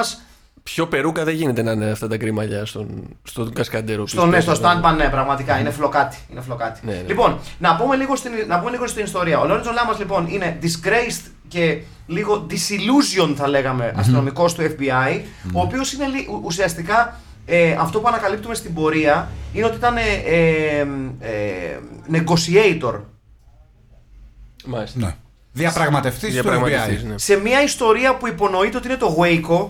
C: Πιο περούκα δεν γίνεται να είναι αυτά τα κρυμαλιά στον, στον κασκαντέρο. δηλαδή.
A: στο, ναι, στο Στάνπα, ναι, πραγματικά είναι φλοκάτι. Είναι φλοκάτι.
C: Ναι, ναι.
A: Λοιπόν, να πούμε, λίγο στην, να πούμε λίγο στην ιστορία. Ο Λορέτζο Λάμας λοιπόν είναι disgraced και λίγο disillusion θα λέγαμε αστυνομικός του FBI, ο οποίος είναι λι- ου- ουσιαστικά ε, αυτό που ανακαλύπτουμε στην πορεία είναι ότι ήταν ε, ε, ε,
C: Ναι.
A: negotiator
C: Μάλιστα.
B: Ναι. Διαπραγματευτής του
C: Διαπραγματευτής,
B: FBI.
C: ναι.
A: σε μια ιστορία που υπονοείται ότι είναι το Waco,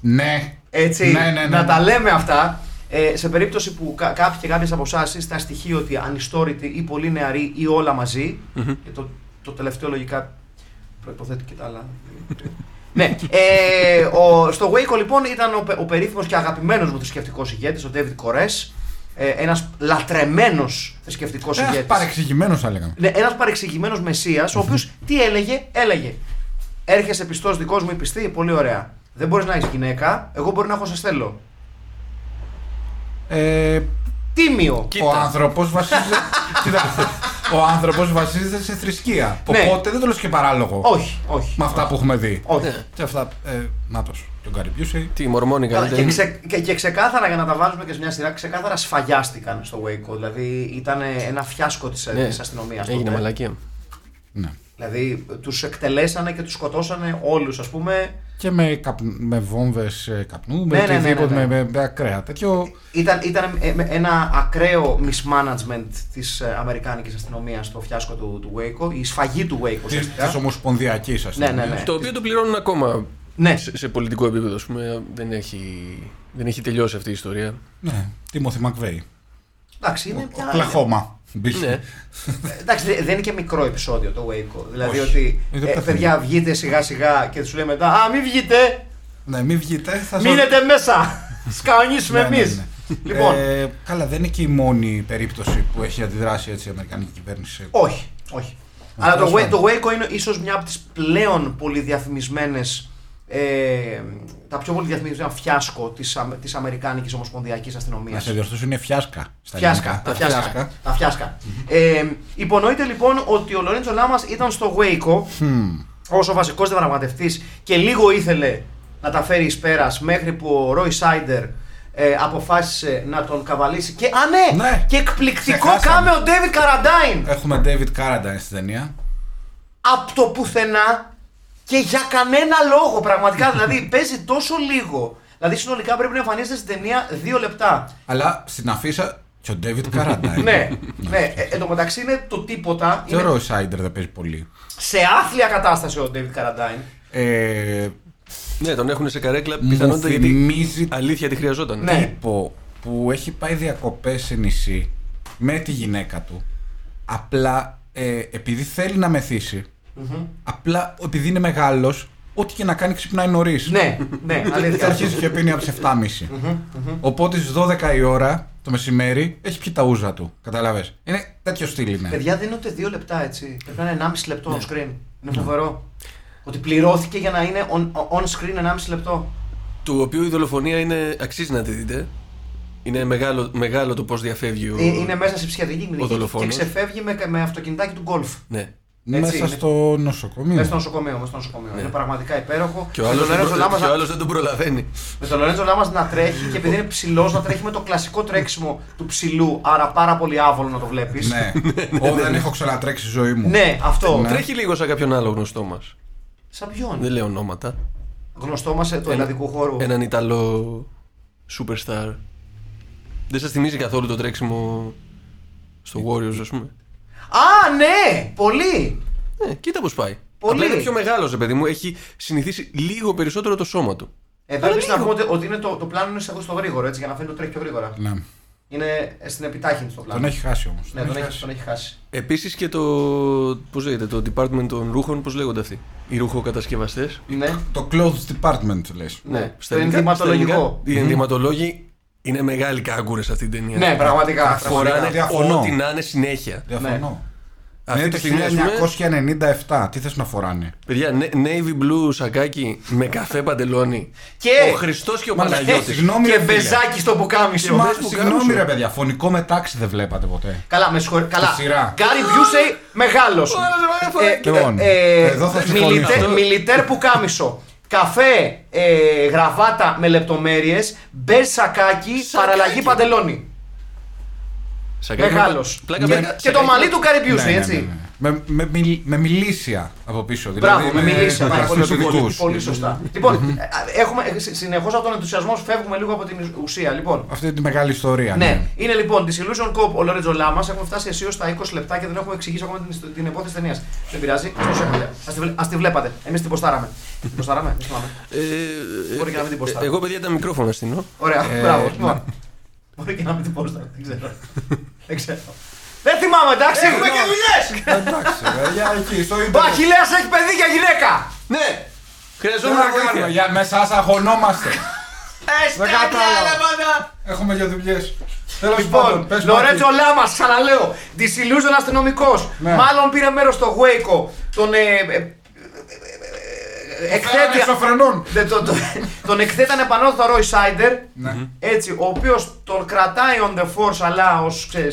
B: Ναι.
A: έτσι,
B: Ναι, ναι, ναι.
A: να τα λέμε αυτά, ε, σε περίπτωση που κα- κάποιοι και κάποιες από εσάς είστε αστοιχείωτοι, ανιστόρητοι ή πολύ νεαροί ή όλα μαζί, και το, το τελευταίο λογικά προϋποθέτει και τα άλλα. ναι, ε, ο, στο Waco λοιπόν ήταν ο, πε- ο περίφημος και αγαπημένος μου θρησκευτικός ηγέτης, ο David Κορές, ε, ένας λατρεμένος θρησκευτικός
B: Ένας
A: ηγέτης.
B: παρεξηγημένος Ε, θα λέγαμε.
A: Ναι, ένας παρεξηγημένος μεσία, ο οποίος τι έλεγε, έλεγε. Έρχεσαι πιστός δικός μου ή πιστή, πολύ ωραία. Δεν μπορείς να έχεις γυναίκα, εγώ μπορεί να έχω σε στέλνω.
B: Ε,
A: Τίμιο.
B: ο άνθρωπος βασίζεται. Κοίτα, ο άνθρωπος βασίζεται σε θρησκεία.
A: Ναι.
B: Οπότε δεν το λες και παράλογο.
A: Όχι, όχι.
B: Με αυτά που έχουμε δει.
A: όχι.
C: Ναι.
B: Και αυτά. Ε, Νάτος, Και ο Γκάρι Busey.
C: Τι, ναι. μορμόνι
A: Καλά, Και,
C: καλύτερα.
A: ξε- και- και ξεκάθαρα για να τα βάλουμε και σε μια σειρά, ξεκάθαρα σφαγιάστηκαν στο Waco. Δηλαδή ήταν ένα φιάσκο της
C: Ναι.
A: της αστυνομίας.
C: Έγινε μαλακία.
B: Ναι.
A: Δηλαδή τους εκτελέσανε και τους σκοτώσανε όλους, ας πούμε.
B: Και με, καπν, με βόμβες ε, καπνού, με
A: Ναι, ναι, ναι,
B: οτιδήποτε,
A: ναι, ναι.
B: Με, με, με ακραία τέτοιο.
A: Ήταν, ήταν ε, με ένα ακραίο mismanagement της ε, Αμερικάνικης αστυνομίας στο φιάσκο του, του Waco, η σφαγή του Waco
B: Της,
A: ουσιαστικά.
B: της ομοσπονδιακής αστυνομίας.
A: Ναι, ναι, ναι.
C: Το οποίο το πληρώνουν ακόμα
A: Ναι.
C: σε, σε πολιτικό επίπεδο, ας πούμε. Δεν έχει, δεν έχει τελειώσει αυτή η ιστορία.
B: Ναι, Τίμωθη Μακβέη.
A: Εντάξει, είναι μια...
B: Κλαχώμα. Μπίσου.
C: Ναι.
A: Εντάξει, δε- δεν είναι και μικρό επεισόδιο το Waco. Δηλαδή
B: Όχι.
A: ότι
B: Είναι
A: ε,
B: παιχνίδι.
A: παιδιά βγείτε σιγά σιγά και σου λέει μετά Α, μην βγείτε,
B: Ναι, μην βγείτε. Θα σας-
A: μείνετε μέσα. Σκαονίσουμε
B: Ναι, ναι,
A: εμείς.
B: ναι.
A: Λοιπόν,
B: Ε, καλά, δεν είναι και η μόνη περίπτωση που έχει αντιδράσει έτσι η Αμερικανική κυβέρνηση.
A: όχι, όχι. Αλλά το,
B: τέλος
A: Wa- το Waco είναι ίσως μια από τις πλέον πολυδιαφημισμένες ε, τα πιο πολυδιαφημισμένα φιάσκο της, Αμε- της Αμερικάνικης Ομοσπονδιακής
B: Να
A: Αστυνομίας.
B: σε διορθώσω, είναι φιάσκα. Στα
A: Φιάσκα.
B: ελληνικά.
A: Τα φιάσκα. Τα φιάσκα.
B: Mm-hmm.
A: Ε, υπονοείται λοιπόν ότι ο Λορέντζο Λάμας ήταν στο Waco
B: Hm.
A: ως ο βασικός διαπραγματευτής και λίγο ήθελε να τα φέρει εις πέρας μέχρι που ο Ρόι Σάιντερ ε, αποφάσισε να τον καβαλήσει και, α ναι,
B: Ναι.
A: και εκπληκτικό
B: Ξεχάσαμε.
A: κάμε ο David Καραντάιν
B: Έχουμε David Carradine στην ταινία.
A: από το πουθενά και για κανένα λόγο πραγματικά δηλαδή παίζει τόσο λίγο δηλαδή συνολικά πρέπει να εμφανίζεται στην ταινία δύο λεπτά
B: Αλλά στην αφίσα και ο David Carradine.
A: ναι, ναι. Ε, εν τω μεταξύ είναι το τίποτα.
B: Και
A: Είναι
B: ο Roy Σάιντερ δεν παίζει πολύ.
A: σε άθλια κατάσταση ο David Καραντάιν.
B: Ε,
C: Ναι, τον έχουν σε καρέκλα
B: μου
C: πιθανότητα γιατί
B: θυμίζει
C: αλήθεια τη χρειαζόταν.
A: Ναι.
B: τύπο που έχει πάει διακοπές σε νησί με τη γυναίκα του. Απλά ε, επειδή θέλει να μεθύσει, απλά επειδή είναι μεγάλος, ό,τι και να κάνει ξυπνάει νωρίς.
A: ναι, ναι,
B: Και
A: αλήθεια.
B: Ε, αρχίζει και πίνει από τις 7.30. Οπότε στις 12 η ώρα το μεσημέρι έχει πιει τα ούζα του. Καταλαβες. Είναι τέτοιο στυλ είναι.
A: Παιδιά δεν είναι ούτε δύο λεπτά έτσι. Πρέπει να είναι 1,5 λεπτό on screen. Είναι φοβερό. Ότι πληρώθηκε για να είναι on, on screen 1,5 λεπτό.
C: Του οποίου η δολοφονία είναι, αξίζει να τη δείτε. Είναι μεγάλο, μεγάλο το πώς διαφεύγει ο.
A: Ε, Είναι μέσα σε ψυχιατρική κλινική και
C: δολοφόνος.
A: ξεφεύγει με, με αυτοκινητάκι του γκολφ.
C: Ναι.
A: Έτσι
B: μέσα
A: είναι.
B: στο νοσοκομείο.
A: Μέσα στο νοσοκομείο, μέσα στο νοσοκομείο. Είναι πραγματικά υπέροχο.
C: Και ο άλλος
A: Με τον Λορέντζο Λάμας να-
C: δεν τον προλαβαίνει.
A: με τον Λορέντζο Λάμας να τρέχει και επειδή είναι ψηλός, να τρέχει με το κλασικό τρέξιμο του ψηλού, άρα πάρα πολύ άβολο να το βλέπεις.
B: Ναι. Ω, δεν έχω ξανατρέξει στη ζωή μου.
A: Ναι, αυτό.
B: Ναι.
C: Τρέχει λίγο σαν κάποιον άλλο γνωστό μας.
A: Σαν ποιον.
C: Δεν λέω ονόματα.
A: Γνωστό μας του ελλαδικού χώρου.
C: Έναν Ιταλό superstar. Δεν σας θυμίζει καθόλου το τρέξιμο στο Warriors, ας πούμε.
A: Α, ναι! Πολύ!
C: Ναι, κοίτα πώς πάει.
A: Πολύ.
C: Απλά είναι πιο μεγάλο, παιδί μου. Έχει συνηθίσει λίγο περισσότερο το σώμα του.
A: Εδώ επίση Ε, να πούμε ότι- ότι είναι το, το πλάνο είναι στο γρήγορο, έτσι, για να φαίνεται ότι τρέχει πιο γρήγορα.
B: Ναι.
A: Είναι στην επιτάχυνση το πλάνο.
B: Τον έχει χάσει όμως.
A: Ναι, τον έχει, τον έχει χάσει.
C: Επίσης και το. Πώς λέγεται, το department των ρούχων, πώς λέγονται αυτοί. Οι ρούχοκατασκευαστές.
A: Ναι.
B: Το clothes department λες.
C: Ναι,
A: το ενδυματολογικό.
C: Οι ενδυματολόγοι είναι μεγάλοι κάγκουρε σε αυτήν την ταινία.
A: Ναι, πραγματικά.
C: Φοράνε
B: Διαφωνώ.
C: ό,τι να είναι συνέχεια.
A: Ναι.
B: Διαφωνώ.
C: Αυτή
B: Είναι
C: τη
B: το
C: στιγμή, ας πούμε,
B: 1997. Τι θες να φοράνε.
C: παιδιά, ναι- navy blue σακάκι με καφέ παντελόνι.
A: Και-
C: Ο Χριστός και ο
B: Μα, ε,
C: Παναγιώτης.
B: συγγνώμη.
A: Και
B: ρε, φίλε.
A: μπεζάκι στο πουκάμισο.
B: Μα,
A: Μπες στο πουκάμισο.
B: Συγγνώμη ρε παιδιά, φωνικό μετάξι δεν βλέπατε ποτέ.
A: Καλά, με συγχωρείτε. Καλά.
B: Στη σειρά.
A: Γκάρι Ε, Μπιούσεϊ, μεγάλος.
B: Λοιπόν, εδώ θα συμφωνήσω.
A: Μιλιτέρ ε, που κάμισο. Καφέ, ε, γραβάτα με λεπτομέρειες. Μπε σακάκι, παραλλαγή παντελόνι.
C: Σακάκι με-
A: Μεγάλος.
C: Πλάκα
B: Ναι.
C: με-
A: Και
C: σακάκι
A: το
C: με-
A: μαλλί του Γκάρι Μπιούσεϊ,
B: Ναι, ναι,
A: έτσι.
B: ναι, ναι. Με, με, μιλ- με μιλήσια από πίσω. δηλαδή
A: Μπράβο, με
B: με
A: μιλήσει.
B: με
A: Πολύ, πολύ,
B: παραστατικούς.
A: πολύ σωστά. λοιπόν, ε, έχουμε, συνεχώς από τον ενθουσιασμό σου φεύγουμε λίγο από την ουσία. Λοιπόν,
B: Αυτή τη μεγάλη ιστορία.
A: Ναι, είναι λοιπόν Disillusion Cop ο Λόρετζο Λάμας. Έχουμε φτάσει αισίως στα 20 λεπτά και δεν έχουμε εξηγήσει ακόμα την, ιστο- την υπόθεση ταινίας. Δεν πειράζει, ας τη βλέπατε. Εμείς την ποστάραμε. Την ποστάραμε, δεν θυμάμαι.
C: Ε,
A: Μπορεί και να μην την ποστάρω.
C: Εγώ, παιδιά, τα μικρόφωνα στείνω.
A: Ωραία,
B: Ε,
A: μπράβο.
B: ναι.
A: λοιπόν. Μπορεί και να μην την ποστάρω, δεν ξέρω. δεν ξέρω. Δεν θυμάμαι, εντάξει, έχουμε και δουλειές!
B: Εντάξει, ρε, για εκεί, στο ίντερνετ.
A: Μπαχιλέα έχει παιδί για γυναίκα!
C: Ναι!
B: Τι
C: Χρειαζόμαστε
B: να κάνουμε,
C: βοήθεια.
B: για μέσα σας αγωνόμαστε.
A: Έστε
B: Δεν κατάλαβα.
A: άλλα πάντα!
B: Έχουμε για δουλειές. Τέλος πάντων,
A: Λοιπόν,
B: πες
A: Λορέτζο
B: Μάκη.
A: Λάμα, ξαναλέω. Disillusion αστυνομικός.
B: Ναι.
A: Μάλλον πήρε μέρος στο Waco. Τον. ε, ε, ε, ε, ε,
B: Φέρανε
A: Εκθέτει.
B: εξωφρενών.
A: Δεν το- το- τον εκθέτανε πανόθωρο η Σάιντερ.
B: Ναι.
A: Έτσι, ο οποίος τον κρατάει on the force, αλλά ως ξέρεις.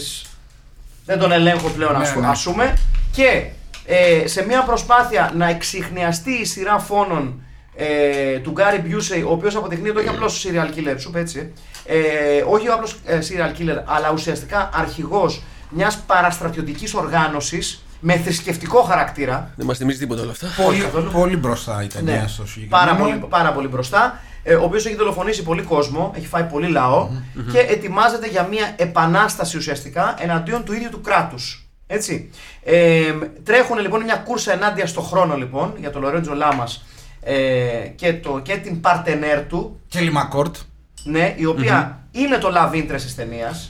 A: Δεν τον ελέγχω πλέον,
B: Ναι,
A: ας,
B: ναι.
A: ασούμε. Και ε, σε μια προσπάθεια να εξηχνιαστεί η σειρά φόνων ε, του Γκάρι Μπιούσεϊ, ο οποίος αποδεικνύεται όχι απλό serial killer, σου είπε έτσι. ε, Ε, όχι απλό serial killer, αλλά ουσιαστικά αρχηγός μιας παραστρατιωτικής οργάνωσης με θρησκευτικό χαρακτήρα.
C: Δεν μας θυμίζει τίποτα όλα αυτά.
B: Πολύ,
A: καθόλου.
B: πολύ μπροστά η ταινία
A: Ναι.
B: στο συγκεκριμένο.
A: πάρα, πολύ, πάρα πολύ μπροστά. ε, ο οποίος έχει δολοφονήσει πολύ κόσμο, έχει φάει πολύ λαό και ετοιμάζεται για μια επανάσταση ουσιαστικά εναντίον του ίδιου του κράτους. Έτσι. Ε, τρέχουν λοιπόν μια κούρσα ενάντια στο χρόνο λοιπόν για τον Λορέντζο Λάμας ε, και, το, και την παρτενέρ του,
B: Και Λιμακόρτ.
A: ναι, η οποια είναι το love interest της ταινίας.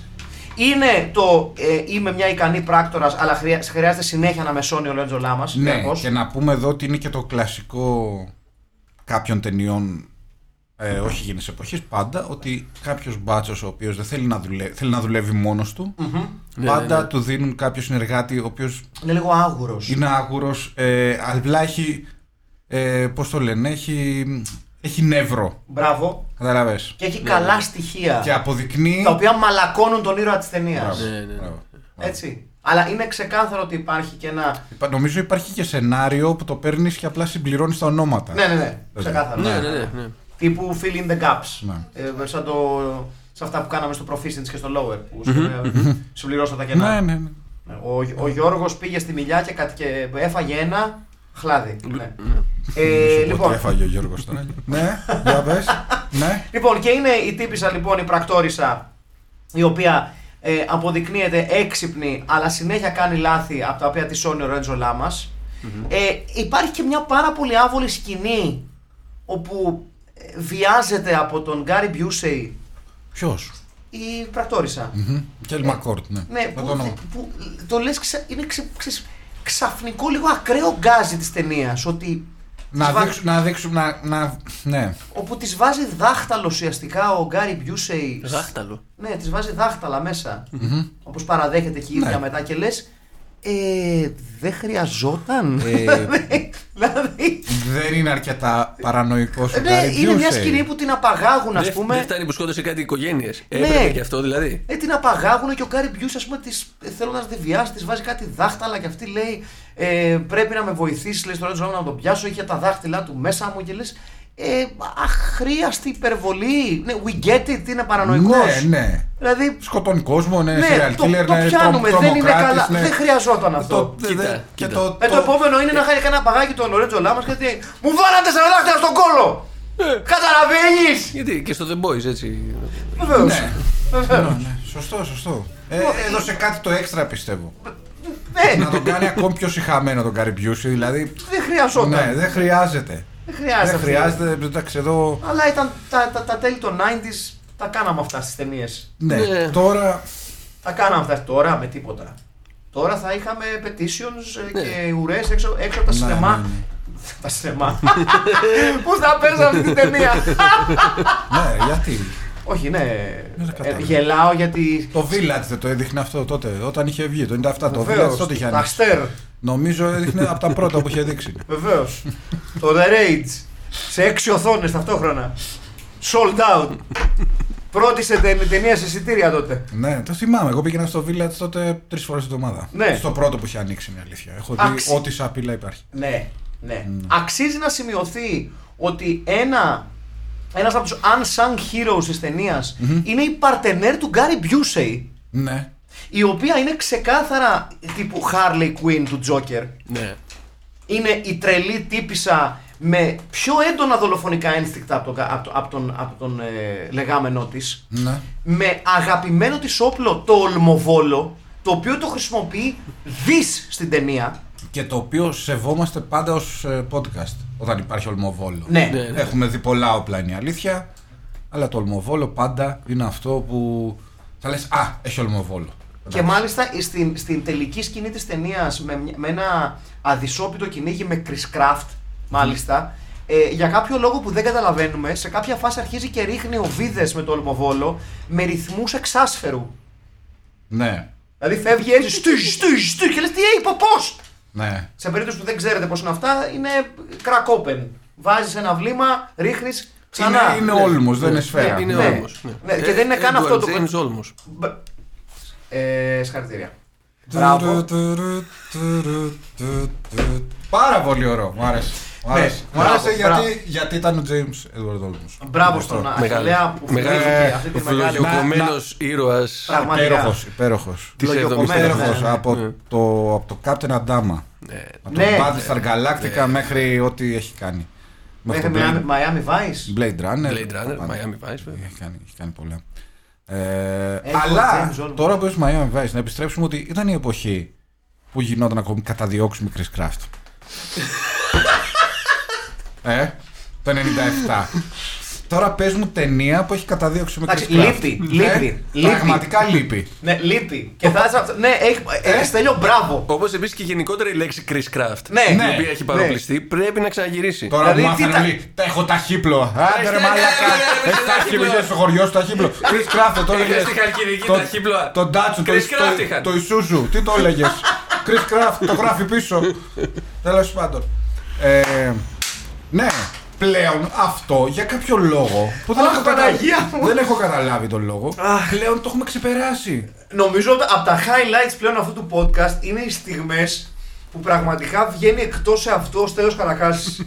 A: Είναι το ε, είμαι μια ικανή πράκτορας, αλλά χρεια- χρειάζεται συνέχεια να μεσώνει ο Λορέντζο Λάμας.
B: Ναι, και να πούμε εδώ ότι είναι και το κλασικό κάποιων ταινιών ε, όχι γίνει εποχή πάντα ότι κάποιος μπάτσος ο οποίος δεν θέλει να, δουλε... θέλει να δουλεύει μόνος του πάντα
C: Ναι, ναι, ναι.
B: του δίνουν κάποιο συνεργάτη ο οποίος
A: Είναι λίγο άγουρος.
B: είναι άγουρος, ε, απλά έχει. Ε, Πώς το λένε, έχει, έχει νεύρο.
A: Μπράβο.
B: Καταλαβέ.
A: Και έχει καλά στοιχεία.
B: Και αποδεικνύει.
A: τα οποία μαλακώνουν τον ήρωα της ταινίας.
B: Μπράβο,
C: Ναι, ναι, ναι.
B: μπράβο.
A: Έτσι. Αλλά είναι ξεκάθαρο ότι υπάρχει και ένα.
B: Υπά- Νομίζω υπάρχει και σενάριο που το παίρνεις και απλά συμπληρώνεις τα ονόματα.
A: Ναι, ναι, ναι. Ξεκάθαρο.
C: Ναι, ναι, ναι, ναι.
A: Τύπου fill in the gaps.
B: Ναι.
A: Ε, σαν το. σε αυτά που κάναμε στο Proficiency και στο Lower. Που σου- σου πληρώσαν τα κενά.
B: ναι, ναι. ναι.
A: Ο, ο Γιώργος πήγε στη μιλιά και, κατ- και έφαγε ένα χλάδι. Ναι. Ε,
B: Σου πω ότι
A: λοιπόν,
B: έφαγε ο Γιώργος τώρα. ναι, για πες. ναι.
A: Λοιπόν, και είναι η τύπησα λοιπόν, η πρακτόρισα, η οποία ε, αποδεικνύεται έξυπνη, αλλά συνέχεια κάνει λάθη από τα οποία τη σώνει ο Ρέντζο Λάμας. Ε, υπάρχει και μια πάρα πολύ άβολη σκηνή όπου ε, βιάζεται από τον Γκάρι Μπιούσεϊ
B: Ποιος.
A: η πρακτόρισα.
B: Κέλ Μακόρτ, ναι.
A: Ναι,
B: Με
A: που,
B: το όνομα.
A: που το λες ξα- είναι ξε- ξε- ξαφνικό λίγο ακραίο γκάζι της ταινίας. Ότι
B: Να
A: της βα-
B: δείξουμε. Να, δείξουμε να, να, ναι.
A: όπου της βάζει δάχταλο ουσιαστικά ο Γκάρι Μπιούσεϊ
C: Ζάχταλο.
A: Ναι, της βάζει δάχταλα μέσα. Όπως παραδέχεται και η ίδια
B: Ναι.
A: μετά και λες. Ε, δεν χρειαζόταν.
B: Ε,
A: δηλαδή.
B: δεν είναι αρκετά παρανοϊκό σου.
A: Ναι, είναι μια σκηνή που την απαγάγουν, ας
C: Δεν- Δεν
A: πούμε.
C: φτάνει που σκότωσε κάτι οικογένειες. Έπρεπε και αυτό δηλαδή.
A: Ε, την απαγάγουν και ο Γκάρι Μπιούς, ας πούμε, της, ε, θέλοντας να τη βιάσει, της βάζει κάτι δάχτυλα και αυτή λέει: ε, Πρέπει να με βοηθήσεις, λέει στον Ρέντζο να τον πιάσω. Είχε τα δάχτυλά του μέσα μου και λες. Ε, αχρίαστη υπερβολή. Ναι, we get it, είναι παρανοϊκός.
B: Ναι, ναι.
A: Δηλαδή,
B: Σκοτώνει κόσμο, ναι,
A: ναι,
B: serial
A: το,
B: killer,
A: το
B: ναι,
A: πιάνουμε,
B: τρομο-
A: δεν είναι
B: τρομοκράτης,
A: καλά.
B: ναι.
A: Δεν χρειαζόταν
B: Το-
A: αυτό.
B: δε-
C: Κοίτα,
B: δε- και
C: κοίτα.
B: το-
A: Ε, το,
B: το-
A: επόμενο είναι να χάρει κανένα παγάκι τον Λορέντζο Λάμα γιατί μου βάλατε σαν δάχτυλα στον κόλο!
B: Ε.
A: Καταλαβαίνεις!
C: Γιατί και στο The Boys έτσι.
A: Βεβαίως.
B: Ναι.
A: Ε,
B: Ναι, ναι. Σωστό, σωστό. Ε, έδωσε κάτι το έξτρα πιστεύω. να τον κάνει ακόμη πιο συχαμένο τον Καριμπιούση. Δηλαδή.
A: Ε, Δεν χρειαζόταν.
B: Ναι, δεν χρειάζεται.
A: Δεν χρειάζεται.
B: Δεν χρειάζεται. Εντάξει, εδώ.
A: Αλλά ήταν τα, τα, τα τέλη των 90s, τα κάναμε αυτά στις ταινίες.
B: Ναι,
C: Ναι.
B: τώρα.
A: Τα κάναμε αυτά τώρα με τίποτα. Τώρα θα είχαμε petitions ε, και ουρές έξω, έξω από τα
B: Ναι,
A: σινεμά.
B: ναι, ναι.
A: Τα σινεμά. Πώς θα παίζαμε αυτή την ταινία.
B: Ναι, γιατί.
A: Όχι, ναι.
B: Δεν τα
A: Ε,
B: κατάλαβα.
A: γελάω γιατί.
B: Το Village δεν το έδειχνε αυτό τότε. Όταν είχε βγει το 97, το
A: Βεβαίως,
B: Village τότε είχε
A: Τα
B: ανοίξει.
A: αστέρ.
B: Νομίζω έδειχνε από τα πρώτα που είχε δείξει.
A: Βεβαίως. το The Rage. Σε έξι οθόνες ταυτόχρονα. Sold out. Πρώτη σε ται- ταινία σε εισιτήρια τότε.
B: Ναι, το θυμάμαι. Εγώ πήγαινα στο Village τότε τρεις φορές την εβδομάδα.
A: Ναι.
B: Στο πρώτο που είχε ανοίξει, είναι αλήθεια. Έχω
A: Άξι.
B: δει ό,τι σαπίλα υπάρχει.
A: Ναι, ναι. Αξίζει να σημειωθεί ότι ένα ένας από τους unsung heroes της ταινιας είναι η παρτενέρ του Γκάρι Μπιούσεϊ
B: Ναι.
A: η οποία είναι ξεκάθαρα τύπου Harley Quinn του Τζόκερ.
C: Ναι.
A: Είναι η τρελή τύπησα με πιο έντονα δολοφονικά ένστικτα από τον, από, από τον, από τον ε, λεγάμενό της
B: Ναι.
A: με αγαπημένο της όπλο το ολμοβόλο το οποίο το χρησιμοποιεί δις στην ταινία
B: Και το οποίο σεβόμαστε πάντα ως podcast όταν υπάρχει Ολμοβόλο.
A: ναι,
C: Ναι.
B: Έχουμε δει πολλά όπλα είναι η αλήθεια. Αλλά το Ολμοβόλο πάντα είναι αυτό που θα λες Α, έχει Ολμοβόλο.
A: Και μάλιστα ε, στην, στην τελική σκηνή της ταινίας με, μια- με ένα αδυσόπιτο κυνήγι με Chris Craft, μάλιστα, ε, για κάποιο λόγο που δεν καταλαβαίνουμε, σε κάποια φάση αρχίζει και ρίχνει οβίδες με το ολμοβόλο με ρυθμούς εξάσφαιρου.
B: Ναι,
A: Δηλαδή φεύγει έτσι, στου, στου, στου, και λες τι είπα, πώς!
B: ναι.
A: Σε περίπτωση που δεν ξέρετε πώς είναι αυτά, είναι κρακόπεν. Βάζεις ένα βλήμα, ρίχνεις ξανά.
B: Είναι, είναι όλμος, δεν είναι σφαίρα.
C: Είναι
A: ναι.
C: όλμος,
A: Ναι, και δεν είναι καν
C: Edward
A: αυτό το-
C: James Olmos.
A: Μπ- Ε, συγχαρητήρια. Μπράβο.
B: Πάρα πολύ ωραίο, μου άρεσε. Μου άρεσε, μου
A: Ναι, μπράβο,
B: άρεσε
A: μπράβο.
B: γιατί, γιατί ήταν ο James Edward Olmos.
A: Μπράβο στον
B: Αυτό.
A: Αχιλέα που
C: Μεγάλη-
A: φυλακίστηκε αυτή τη
C: Ο
A: μεγάλη
C: φιλογιοκομμένος ήρωας
A: Πραγματικά.
B: Υπέροχος, υπέροχος.
C: της έβδομης
A: Λογιοκομμένος,
C: τέχνης.
B: Υπέροχος
A: ναι, ναι.
B: από το, από το Captain Adama.
C: Ναι.
B: Από το
A: Ναι.
B: Battlestar Galactica μέχρι ό,τι έχει κάνει.
A: Μέχρι
B: το
A: Miami-
B: Blade-
A: Miami Vice.
B: Blade Runner.
C: Blade
B: τα
C: Runner,
B: πάντα.
C: Miami Vice, βέβαια.
B: Έχει κάνει, έχει κάνει πολλά. Ε,
A: Έχει
B: αλλά
A: ο James Olmos.
B: τώρα που είσαι Miami Vice, να επιστρέψουμε ότι ήταν η εποχή που γινόταν ακόμη καταδιώξουμε Chris Craft. ε, το 97. τώρα πες μου ταινία που έχει καταδίωξει με Chris
A: Εντάξει,
B: Craft.
A: λείπει,
B: Ε,
A: λείπει, λείπει.
B: Πραγματικά λείπει.
A: Ναι, λείπει. Και θα είσαι αυτό- Ναι, έχει. ε, Στέλιο, μπράβο.
C: Όπως επίσης και γενικότερα η λέξη Chris Craft.
A: Ναι.
C: Η
B: Ναι.
C: οποία έχει παροπλιστεί, πρέπει να ξαναγυρίσει.
B: Τώρα
A: Δηλαδή,
B: μου
A: τι
B: μάθανε
A: τα-
B: όλοι, τα έχω ταχύπλο. Άντε ρε
C: ναι,
B: μαλάκα,
C: ναι, ναι,
B: έχει
C: ναι,
B: ταχύπλο,
C: ναι,
B: είχε στο χωριό σου ταχύπλο. Κρις Κράφτο, το
C: Είχα
B: έλεγες.
C: στη Χαλκιδική
B: Το-
C: ταχύπλοα.
B: Το ντάτσου, το,
C: Chris
B: Ισ-
C: Craft
B: το-
C: είχαν.
B: το Ισούζου, τι το έλεγες. Κρις Κράφτ, το γράφει πίσω. Τέλος πάντων. Ε, ναι, πλέον αυτό για κάποιο λόγο που δεν,
A: Αχ,
B: έχω, καταλάβει,
A: Παναγία μου.
B: δεν έχω καταλάβει τον λόγο. πλέον το έχουμε ξεπεράσει.
A: Νομίζω ότι από τα highlights πλέον αυτού του podcast είναι οι στιγμές που πραγματικά βγαίνει εκτός σε αυτό ο Στέλιος Καρακάσης.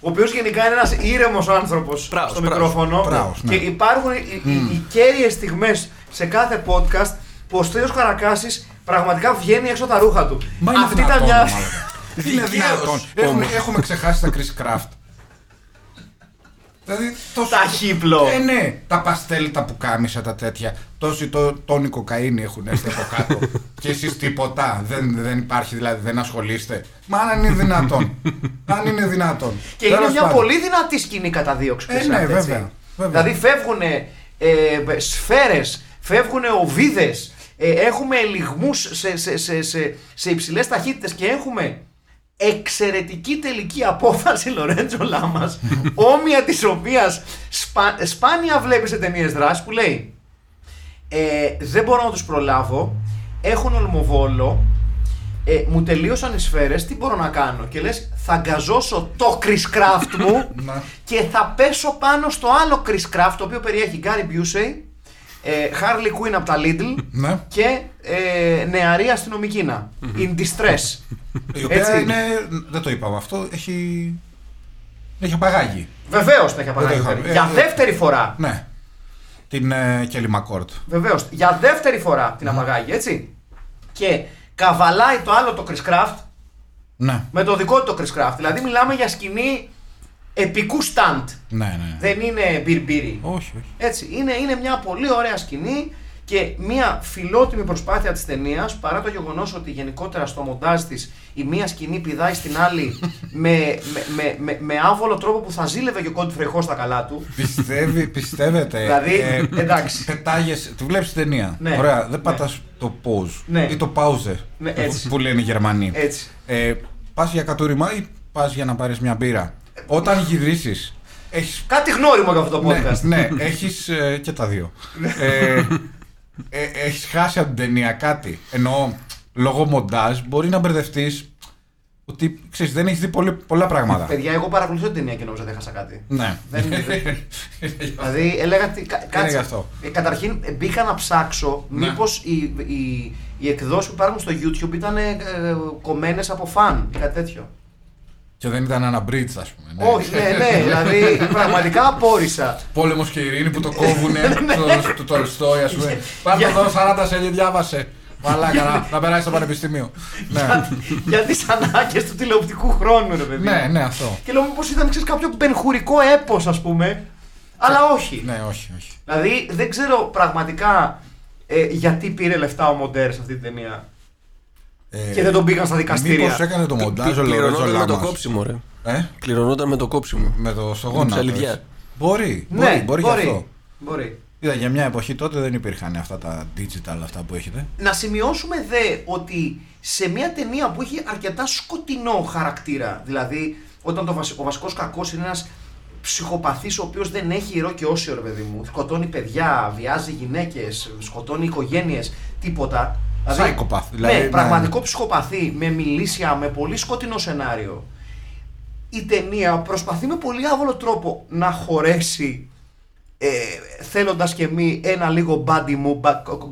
A: Ο οποίος γενικά είναι ένας ήρεμος άνθρωπος
C: Μπράβο,
A: στο
C: μπράβο.
A: μικρόφωνο.
B: Μπράβο, ναι.
A: Και υπάρχουν οι, οι, οι κέρυες στιγμές σε κάθε podcast που ο Στέλιος Καρακάσης πραγματικά βγαίνει έξω από τα ρούχα του.
B: Μα είναι
A: Αυτή ήταν
B: δυνατόν,
A: μια.
B: μάλλον. Είναι
C: Δικαίως,
B: δυνατόν. Έχουμε,
C: όμως.
B: έχουμε ξεχάσει τα Chris Craft. Δηλαδή, τόσο-
A: Ταχύπλο.
B: Ε, ναι, τα παστέλ, τα πουκάμισα, τα τέτοια. Τόσοι το, τόνοι κοκαίνη έχουν έρθει από κάτω. και εσείς τίποτα. Δεν, δεν υπάρχει, δηλαδή δεν ασχολείστε. Μα αν είναι δυνατόν. αν είναι δυνατόν.
A: Και είναι
B: Τέλος
A: μια
B: πάντων.
A: πολύ δυνατή σκηνή καταδίωξη.
B: Ε,
A: Chris Rock,
B: ναι,
A: έτσι.
B: βέβαια, βέβαια.
A: Δηλαδή φεύγουν ε, σφαίρες, φεύγουν οβίδες, ε, έχουμε λιγμούς σε, σε, σε, σε, σε υψηλές ταχύτητες και έχουμε εξαιρετική τελική απόφαση Λορέντζο Λάμας, όμοια της οποίας σπάνια βλέπεις σε ταινίες δράσης που λέει ε, δεν μπορώ να τους προλάβω, έχουν ολμοβόλο, ε, μου τελείωσαν οι σφαίρες, τι μπορώ να κάνω. Και λες, θα αγκαζώσω το Chris Craft μου
B: Να.
A: και θα πέσω πάνω στο άλλο Chris Craft, το οποίο περιέχει Gary Busey, ε, Harley Quinn από τα Lidl
B: Ναι. Mm-hmm.
A: και ε, νεαρή αστυνομικήνα. In distress.
B: Η οποία
A: Έτσι είναι.
B: είναι. Δεν το είπαμε αυτό. Έχει. Έχει απαγάγει.
A: Βεβαίως την έχει απαγάγει.
B: είχα-
A: Φέρη.
B: ε,
A: Για
B: ε,
A: δεύτερη φορά.
B: Ναι. Την ε, Κέλλη Μακόρτ.
A: Βεβαίως. Για δεύτερη φορά
B: Mm-hmm.
A: την απαγάγει, έτσι. Και καβαλάει το άλλο το Chris Craft
B: Ναι.
A: με το δικό του το Chris Craft. Δηλαδή μιλάμε για σκηνή επικού stunt.
B: Ναι, ναι.
A: Δεν είναι μπυρμπύρι.
B: Όχι, όχι.
A: Έτσι. Είναι, είναι μια πολύ ωραία σκηνή και μια φιλότιμη προσπάθεια της ταινίας, παρά το γεγονός ότι γενικότερα στο μοντάζ της η μία σκηνή πηδάει στην άλλη με, με, με, με, με άβολο τρόπο που θα ζήλευε και ο Κόντι Φρεχός στα καλά του.
B: Πιστεύει, πιστεύετε. Ε,
A: Δηλαδή, εντάξει.
B: Πετάγεσαι. Τη βλέπεις την ταινία.
A: Ναι.
B: Ωραία. Δεν
A: Ναι.
B: πατάς το pause
A: Ναι.
B: ή το pause
A: Ναι,
B: που-
A: έτσι.
B: που λένε οι Γερμανοί.
A: Έτσι.
B: Ε, πας για κατούριμα ή πας για να πάρεις μια μπύρα. Όταν γυρίσεις, έχεις
A: Κάτι γνώριμο για αυτό το podcast. Ναι.
B: Ναι, ναι έχει και τα δύο. ε, ε, έχεις χάσει από την ταινία κάτι. Εννοώ, λόγω μοντάζ μπορεί να μπερδευτείς ότι ξέρεις, δεν έχεις δει πολύ, πολλά πράγματα.
A: Παιδιά, εγώ παρακολουθώ την ταινία και νόμιζα ότι έχασα κάτι.
B: ναι.
A: Δεν- δεν- δηλαδή, έλεγα τι. κα- κάτσε.
B: γι' αυτό.
A: Ε, καταρχήν, ε, μπήκα να ψάξω
B: Ναι.
A: μήπως οι, οι, οι εκδόσεις που υπάρχουν στο YouTube ήταν ε, ε, κομμένες από φαν ή κάτι τέτοιο.
B: και δεν ήταν ένα bridge, ας πούμε. ναι.
A: Όχι, ναι, ναι, δηλαδή Ναι, πραγματικά απόρρισα.
B: Πόλεμος και ειρήνη που το κόβουν του Τολστόη, ας πούμε. Πάρε το εδώ 40 σελίδε, διάβασε. Μαλάκα, να, να περάσει στο πανεπιστήμιο. ναι.
A: για τις ανάγκες του τηλεοπτικού χρόνου, ρε παιδί.
B: ναι, ναι, αυτό.
A: Και λέω μήπως ήταν ξέρεις, κάποιο μπενχουρικό έπος, ας πούμε. Αλλά όχι.
B: ναι, όχι, όχι.
A: Δηλαδή δεν ξέρω πραγματικά ε, γιατί πήρε λεφτά ο Μοντέρ σε αυτή την ταινία.
B: Ε,
A: Και δεν τον πήγαν στα δικαστήριο.
B: Μήπως έκανε το μοντάζ ο Λορέτζο
C: Κληρωνόταν με το
B: Λάμας. Ναι.
C: κόψιμο, ρε.
B: Ε?
C: Κληρωνόταν με το κόψιμο.
B: Με το στογόνα.
C: Με ψαλιδιά.
B: πες. Μπορεί, μπορεί,
A: Ναι,
B: μπορεί,
A: μπορεί,
B: και αυτό.
A: μπορεί.
B: Είδα για μια εποχή τότε δεν υπήρχαν αυτά τα digital αυτά που έχετε.
A: Να σημειώσουμε δε ότι σε μια ταινία που έχει αρκετά σκοτεινό χαρακτήρα, δηλαδή όταν το βασι- ο βασικός κακός είναι ένας ψυχοπαθής ο οποίος δεν έχει ηρώ και όσιο ρε παιδί μου, σκοτώνει παιδιά, βιάζει γυναίκες, σκοτώνει οικογένειες, τίποτα.
B: Psychopath, δηλαδή,
A: δηλαδή. Ναι,
B: ναι.
A: πραγματικό ψυχοπαθή, με μιλήσια, με πολύ σκοτεινό σενάριο. Η ταινία προσπαθεί με πολύ άβολο τρόπο να χωρέσει ε, θέλοντας και μη ένα λίγο buddy, μου,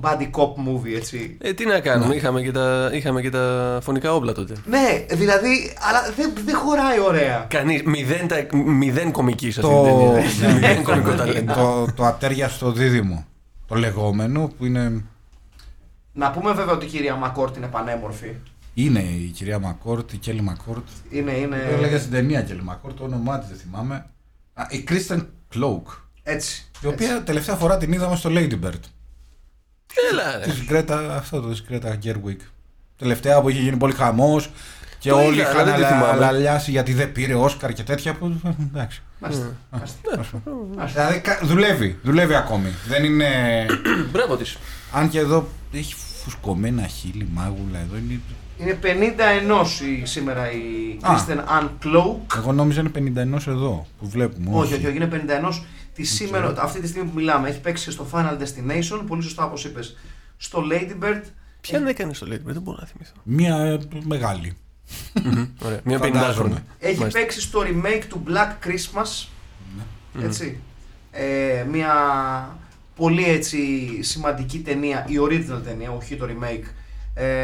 A: buddy cop movie, έτσι.
C: Ε, τι να κάνουμε, είχαμε, και τα, είχαμε και τα φωνικά όπλα τότε.
A: Ναι, δηλαδή, αλλά δεν, δεν χωράει ωραία.
C: Κανείς, μηδέν, τα- μηδέν κομική σε αυτή
B: Το...
C: την ταινία.
B: Ναι.
C: Μηδέν κομικό ταλέντο.
B: το, το ατέρια στο δίδυμο. Το λεγόμενο που είναι...
A: Να πούμε βέβαια ότι η κυρία Μακόρτ είναι πανέμορφη.
B: Είναι η κυρία Μακόρτ, η Κέλλη Μακόρτ. Ε,
A: Είναι, είναι.
B: Έλεγα στην ταινία Κέλλη Μακόρτ, το όνομά της δεν θυμάμαι. Α, η Κρίστεν Κλόουκ.
A: Έτσι. Ε,
B: Η οποία τελευταία φορά την είδαμε στο Lady Bird.
C: Έλα, ρε.
B: Της Γκρέτα, αυτό το της Γκρέτα Γκέρουικ. Τελευταία που είχε γίνει πολύ χαμός και
C: Το
B: όλοι
C: είδα,
B: είχαν
C: αλλά δεν τη
B: αλα-
C: θυμάμαι.
B: αλαλιάσει γιατί δεν πήρε Όσκαρ και τέτοια που... Εντάξει.
A: Μάλιστα.
B: Δηλαδή κα- δουλεύει, δουλεύει ακόμη. Δεν είναι.
C: Μπράβο της.
B: Αν και εδώ έχει φουσκωμένα χείλη, μάγουλα εδώ είναι.
A: Είναι 51 η, σήμερα η
B: Α.
A: Kristen Ann Cloak.
B: Εγώ νόμιζα είναι 51 εδώ που βλέπουμε.
A: Όχι, όχι, όχι, είναι 51. Τη σήμερα, αυτή τη στιγμή που μιλάμε, έχει παίξει στο Final Destination, πολύ σωστά όπως είπες, στο Lady Bird.
C: Ποια να έκανε στο Lady Bird, δεν μπορώ να θυμηθώ.
B: Μία ε, μεγάλη.
C: Ωραία, μια 50
B: Φαντάζομαι.
C: χρόνια.
A: Έχει
C: Μάλιστα.
A: παίξει στο remake του Black Christmas. Έτσι. Ε, μια πολύ έτσι σημαντική ταινία, η original ταινία, όχι το remake, ε,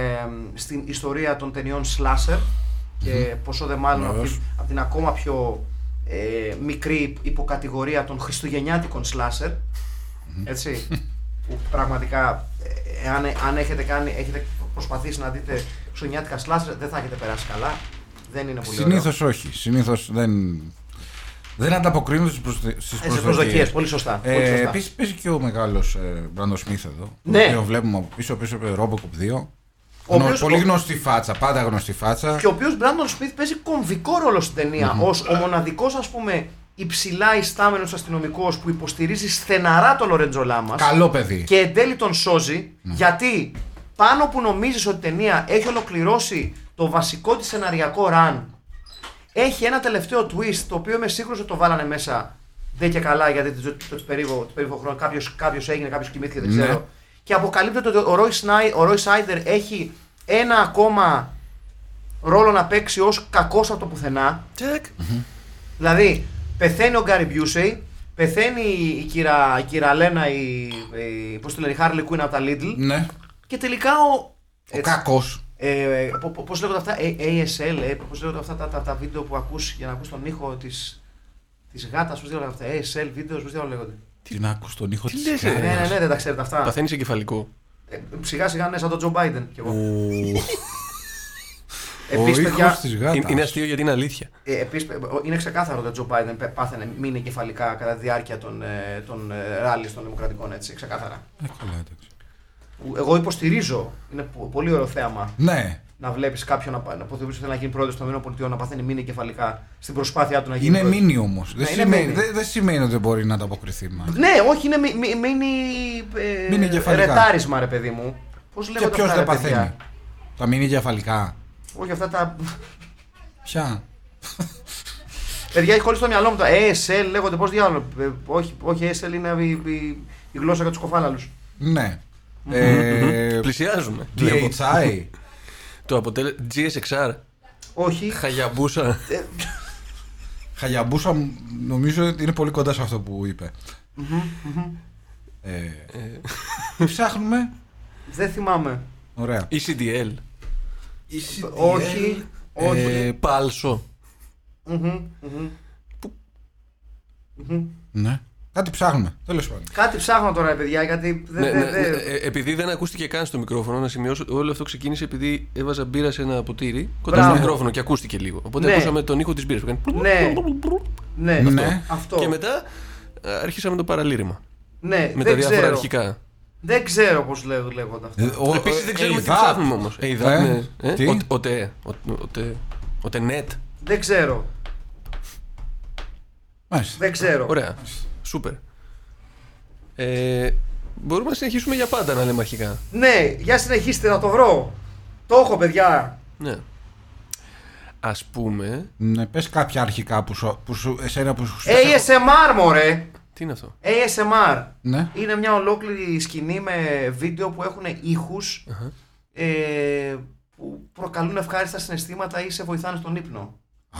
A: στην ιστορία των ταινιών slasher και πόσο δε μάλλον από την,
B: Βεβαίως.
A: απ' την ακόμα πιο ε, μικρή υποκατηγορία των χριστουγεννιάτικων slasher. Έτσι. που πραγματικά, ε, αν, αν έχετε, κάνει, έχετε προσπαθήσει να δείτε χριστουγεννιάτικα slasher, δεν θα έχετε περάσει καλά. Δεν είναι πολύ ωραίο.
B: Συνήθως όχι. Συνήθως δεν. Δεν ανταποκρίνονται στις
A: Ε, σε προσδοκίες, πολύ σωστά. πολύ σωστά.
B: Επίσης Ε, παίζει και ο μεγάλος Μπράντο Σμιθ εδώ.
A: Ναι.
B: Το οποίο βλέπουμε από πίσω πίσω από Robocop 2.
A: Ο
B: Γνω-
A: οποίος-
B: πολύ
A: ο-
B: γνωστή φάτσα, πάντα γνωστή φάτσα.
A: Και ο οποίος Μπράντον Σμιθ παίζει κομβικό ρόλο στην ταινία ως ο μοναδικός, ας πούμε, υψηλά ιστάμενος αστυνομικός που υποστηρίζει στεναρά τον Λορέντζο Λάμας.
B: Καλό παιδί.
A: Και εν τέλει τον σώζει, γιατί πάνω που νομίζεις ότι η ταινία έχει ολοκληρώσει το βασικό της σεναριακό ραν, έχει ένα τελευταίο twist το οποίο είμαι σίγουρο ότι το βάλανε μέσα. Δεν και καλά, γιατί το, το, το, περίβο, το περίβο χρόνο κάποιος, κάποιος έγινε, κάποιος κοιμήθηκε, δεν
B: Ναι.
A: ξέρω. Και αποκαλύπτεται ότι ο Ρόι, Σνάι, ο Roy Σάιντερ έχει ένα ακόμα ρόλο να παίξει ως κακός από το πουθενά.
C: Τσεκ.
A: Δηλαδή, πεθαίνει ο Γκάρι Μπιούσεϊ, πεθαίνει η κυρα, η κυρα Λένα, η, η, πώς τη λένε, η Harley Quinn από τα Lidl
B: Ναι.
A: και τελικά ο...
B: Ο
A: έτσι,
B: κακός.
A: ε, πο- πο- πώς λέγονται αυτά, A- ASL, ε, πώς λέγονται αυτά τα, τα, τα βίντεο που ακούς για να ακούς τον ήχο της, της γάτας, πώς λέγονται αυτά, ASL βίντεος, πώς διάολο λέγονται.
B: Την άκου στον ήχο
C: τι
B: της.
C: λες,
A: Ναι,
C: ρε.
A: ναι, ναι, δεν τα ξέρετε αυτά.
C: Παθαίνεις εγκεφαλικό.
A: Ε, σιγά σιγά ναι, σαν τον Τζο Μπάιντεν κι εγώ.
B: Ο
A: Επίσης,
B: ήχο
A: παιδιά,
B: τη
C: Είναι, είναι
B: γάτα.
C: αστείο γιατί είναι αλήθεια.
A: ε, επίσης, ε, είναι ξεκάθαρο ότι ο Τζο Μπάιντεν πέ- πάθαινε μη εγκεφαλικά κατά τη διάρκεια των, ε, των ε, ράλις των δημοκρατικών, έτσι, ξεκάθαρα.
B: Ε,
A: που εγώ υποστηρίζω. Είναι πο- πολύ ωραίο θέαμα
B: Ναι.
A: να βλέπεις κάποιον να, πα- να που θεωρείς ότι θέλει να γίνει πρόεδρος των ΗΠΑ να παθαίνει μήνυ κεφαλικά στην προσπάθειά του να γίνει.
B: Είναι
A: πρόεδρος.
B: μήνυ όμως. Δεν,
A: Ναι, είναι
B: σημαίνει-
A: μήνυ.
B: δεν- δεν σημαίνει ότι δεν μπορεί να ανταποκριθεί. μάλλον.
A: Ναι, όχι, είναι μη- μη- μήνυ. ε,
B: Μήνυ κεφαλικά.
A: Ρετάρισμα, ρε παιδί μου. Πώς λέγονται
B: Και ποιος
A: αυτά,
B: δεν
A: ρε, παιδιά?
B: παθαίνει. Τα μήνυ κεφαλικά.
A: Όχι, αυτά τα.
B: Ποια.
A: παιδιά, έχει χωρί στο μυαλό μου τα ESL λέγονται. Πώς διάλογο. ε, όχι, όχι, ESL είναι η, η- η γλώσσα για τους κοφάλαλους.
B: Ναι. Ε,
C: Πλησιάζουμε. βλέπω.
B: DHI.
C: Το αποτέλεσμα. GSXR.
A: Όχι.
C: Χαγιαμπούσα.
A: Ε.
B: Χαγιαμπούσα μ, νομίζω ότι είναι πολύ κοντά σε αυτό που είπε. Ε, τι ψάχνουμε.
A: Δεν θυμάμαι.
B: Ωραία.
C: E
B: Ε,
C: ECDL.
A: όχι. Όχι.
C: Ε, Πάλσο.
A: Μμμ, μμμ.
B: Ναι. Κάτι ψάχνουμε. Τέλος πάντων.
A: Κάτι ψάχνω τώρα, ρε παιδιά, γιατί δεν.
C: Ναι,
A: δεν-
C: ναι, ναι,
A: δεν-
C: ε, επειδή δεν ακούστηκε καν στο μικρόφωνο, να σημειώσω ότι όλο αυτό ξεκίνησε επειδή έβαζα μπύρα σε ένα ποτήρι κοντά
A: Μπράβο.
C: στο μικρόφωνο και ακούστηκε λίγο. Οπότε
A: Ναι.
C: ακούσαμε τον ήχο της μπύρας που κάνει.
A: Ναι.
C: ε,
A: Ναι,
B: Ναι.
A: αυτό.
C: Και μετά α, αρχίσαμε το παραλήρημα.
A: ναι,
C: Με τα
A: δεν
C: διάφορα
A: ξέρω.
C: αρχικά. Ε.
A: Δεν ξέρω πώς λέγονται αυτά.
C: Επίσης δεν ξέρουμε τι
B: Hey, that.
C: ψάχνουμε όμως.
B: Ε, τι?
C: Οτε. Οτε. Οτε net.
A: Δεν ξέρω.
B: Μάλιστα.
A: Δεν ξέρω.
C: Ωραία. Σούπερ. Ε, μπορούμε να συνεχίσουμε για πάντα να λέμε αρχικά.
A: Ναι, για συνεχίστε να το βρω. Το έχω, παιδιά.
C: Ναι. Ας πούμε.
B: Ναι, πες κάποια αρχικά που σου, που σου εσένα που
A: Ε,
B: σου
A: ASMR, μωρέ.
C: Τι είναι αυτό.
A: ASMR.
B: Ναι.
A: Είναι μια ολόκληρη σκηνή με βίντεο που έχουν ήχους, ε, που προκαλούν ευχάριστα συναισθήματα ή σε βοηθάνε στον ύπνο.
B: Α,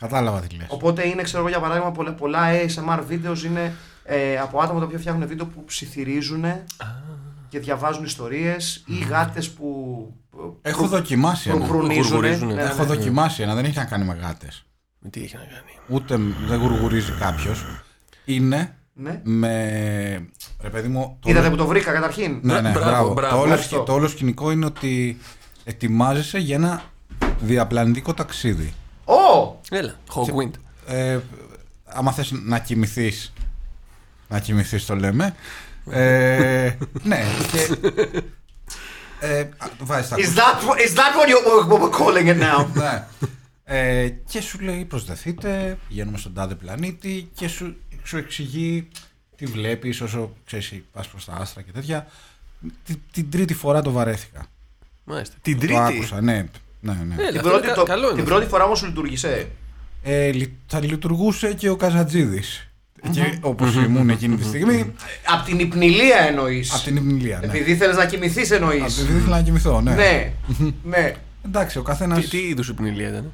B: κατάλαβα τι λες.
A: Οπότε είναι, ξέρω εγώ, για παράδειγμα, πολλά, πολλά ASMR βίντεος είναι ε, από άτομα τα οποία φτιάχνουν βίντεο που ψιθυρίζουν και διαβάζουν ιστορίες ή γάτες που. ε,
B: Έχω δοκιμάσει ένα.
A: Γουρνίζουν.
C: Γουργουρίζουνε.
A: Ναι,
B: Έχω δοκιμάσει ένα, δεν έχει να κάνει με γάτες.
C: Με τι έχει να κάνει.
B: Ούτε μ- δεν γουργουρίζει κάποιος. Είναι
A: Ναι.
B: με... Ρε παιδί μου... το
A: Είδατε
B: όλο-
A: που το βρήκα καταρχήν.
B: Ναι, ναι,
C: Μπράβο,
B: μπράβο.
C: μπράβο,
B: το, όλο,
A: ευχαριστώ.
B: σκη- το όλο σκηνικό είναι ότι ετοιμάζεσαι για ένα διαπλανητικό ταξίδι.
A: Ω!
C: Έλα. Hogwind.
B: Ε, άμα θες να κοιμηθείς να κοιμηθείς το λέμε ε, ναι και, ε, βάζεις τα
A: Is that, wha- is that what you're what we're calling it now?
B: ναι. Ε, και σου λέει προσδεθείτε, πηγαίνουμε στον τάδε πλανήτη και σου, σου εξηγεί τι βλέπεις όσο ξέρεις πας προς τα άστρα και τέτοια Την- την τρίτη φορά το βαρέθηκα
C: Μάλιστα. Την
B: το
C: τρίτη.
B: άκουσα ναι, ναι, ναι.
C: Έλα,
A: την
C: αυτό
A: πρώτη,
C: είναι
A: το-
C: κα- καλό είναι
A: την
C: αυτό.
A: πρώτη φορά όμως λειτουργήσε.
B: Ε, λει- θα λειτουργούσε και ο Καζατζίδης και, όπως ήμουν εκείνη τη στιγμή
A: Απ' την υπνηλία εννοείς.
B: από την Ιμπνηλία ναι.
A: Επειδή ήθελε να κοιμηθείς εννοείς.
B: Α, Επειδή ήθελα να κοιμηθώ, ναι.
A: Ναι, ναι.
B: Εντάξει, ο καθένας.
C: Τι, τι είδους υπνηλία ήταν. ε?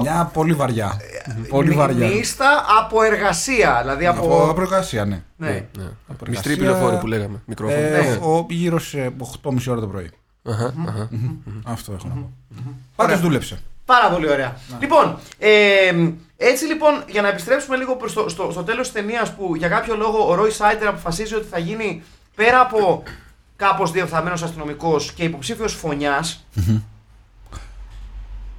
B: Μια πολύ βαριά.
A: Ε,
B: πολύ βαριά.
A: Νίστα από εργασία. Δηλαδή
B: Από
A: από.
B: προεργασία, ναι.
A: Ναι.
C: Ναι.
B: Απεργασία.
C: Μυστρή πληροφόρη που λέγαμε. Μικρόφωνο.
B: Ε,
A: Ναι.
B: ο- Γύρω σε 8.30 ώρα το πρωί.
C: Αχα, αχα.
B: Αυτό έχω να πω. Πάντω δούλεψε.
A: Πάρα πολύ ωραία.
B: Ναι.
A: Λοιπόν, ε, έτσι λοιπόν, για να επιστρέψουμε λίγο προς το, στο, στο τέλος της ταινίας που για κάποιο λόγο ο Ρόι Σάιντερ αποφασίζει ότι θα γίνει πέρα από κάπως διεφθαμένο αστυνομικός και υποψήφιος φωνιάς,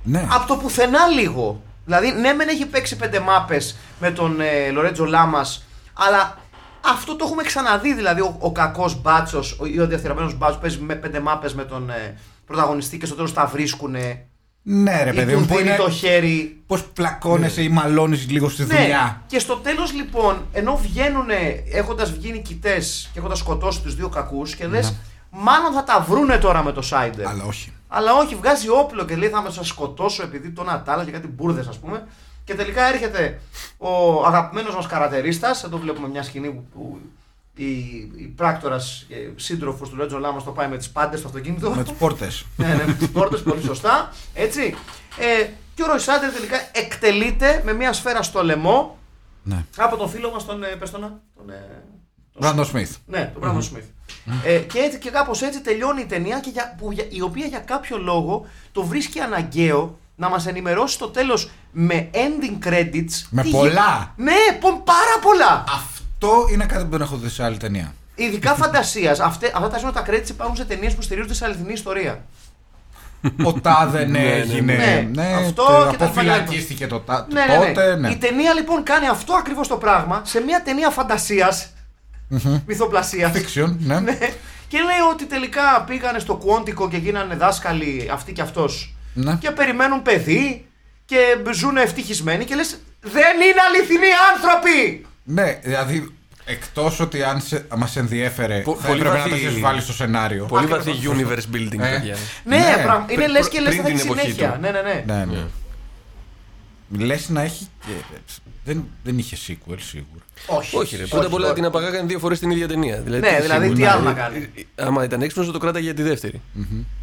B: Ναι.
A: από το πουθενά λίγο. Δηλαδή, ναι, μεν έχει παίξει πέντε μάπες με τον ε, Λορέτζο Λάμα, αλλά αυτό το έχουμε ξαναδεί. Δηλαδή, ο, ο κακός μπάτσος ή ο διαθυραμμένο μπάτσο παίζει με πέντε μάπες με τον ε, πρωταγωνιστή και στο τέλο τα βρίσκουνε.
B: Ναι, ρε
A: Ή
B: παιδί
A: του
B: μου, που
A: δίνει
B: είναι.
A: το χέρι.
B: Πώς πλακώνεσαι ή μαλώνεις λίγο στη
A: Ναι.
B: δουλειά.
A: Και στο τέλος λοιπόν, ενώ βγαίνουν έχοντας βγει νικητές και έχοντας σκοτώσει τους δύο κακούς και λες, μάλλον θα τα βρούνε τώρα με το Σάιντερ. Αλλά...
B: Ναι. Αλλά όχι.
A: όχι, βγάζει όπλο και λέει θα με σας σκοτώσω επειδή τον Ατάλα και κάτι μπουρδες ας πούμε. Και τελικά έρχεται ο αγαπημένος μας καρατερίστας. Εδώ βλέπουμε μια σκηνή που, που η, η πράκτορας ε, σύντροφος του Ρέτζο Λάμος το πάει με τις πάντες στο αυτοκίνητο.
B: με τις πόρτες.
A: ναι, ναι, με τις πόρτες, πολύ σωστά. Έτσι. Ε, και ο Ροϊσάντερ τελικά εκτελείται με μια σφαίρα στο λαιμό
B: ναι.
A: από τον φίλο μας τον, ε, πες τον, να, τον, ε, τον
B: Brandon Smith.
A: ναι, τον Μπράντον Σμιθ. Ε, και έτσι, και κάπως έτσι τελειώνει η ταινία και για, που, για, η οποία για κάποιο λόγο το βρίσκει αναγκαίο να μας ενημερώσει στο τέλος με ending credits.
B: Με
A: τι
B: πολλά.
A: γι- Ναι, πο- πάρα πολλά!
B: Αυτό είναι κάτι που δεν έχω δει σε άλλη ταινία.
A: Ειδικά φαντασίας. Αυτά τα ζώνα credits υπάρχουν σε ταινίες που στηρίζονται σε αληθινή ιστορία.
B: Ο τάδε ναι,
C: ναι,
B: έγινε.
A: ναι.
B: Ναι,
A: Αυτό
B: τε-
A: και τα
B: αποφυλακίστηκε το τα-
A: Ναι, ναι,
B: τότε.
A: ναι.
B: Ναι.
A: Η ταινία λοιπόν κάνει αυτό ακριβώς το πράγμα σε μια ταινία φαντασίας. Μυθοπλασίας.
B: Fiction, ναι.
A: Ναι. Και λέει ότι τελικά πήγανε στο Κουόντικο και γίνανε δάσκαλοι αυτοί και αυτός.
B: Ναι.
A: Και περιμένουν παιδί και ζουν ευτυχισμένοι και λες. Δεν είναι αληθινοί άνθρωποι!
B: Ναι, δηλαδή εκτός ότι αν σε, μας ενδιέφερε,
C: Πο-
B: θα
C: πολύ
B: έπρεπε να
C: βαθύ-
B: τα έχεις βάλει στο σενάριο.
C: Πολύ
B: Ακριβώς.
C: βαθύ universe building,
B: Ε.
C: παιδιά.
A: Ναι,
B: Ναι,
A: πραγμα- είναι
C: πρι-
A: λες και λες
C: πριν
A: θα έχει
C: την εποχή
A: συνέχεια.
C: του.
A: Ναι, ναι, ναι.
B: Ναι, ναι. Λες να έχει και... Δεν, δεν είχε sequel σίγουρα.
A: Όχι.
C: Όχι, ρε. Πρώτα απ' όλα την απαγάγανε δύο φορές την ίδια ταινία. Δηλαδή,
A: Ναι,
C: τι
A: δηλαδή,
C: σίγουρα-
A: τι άλλο να κάνει.
C: Άμα ήταν έξυπνος, θα το κράταγε για τη δεύτερη.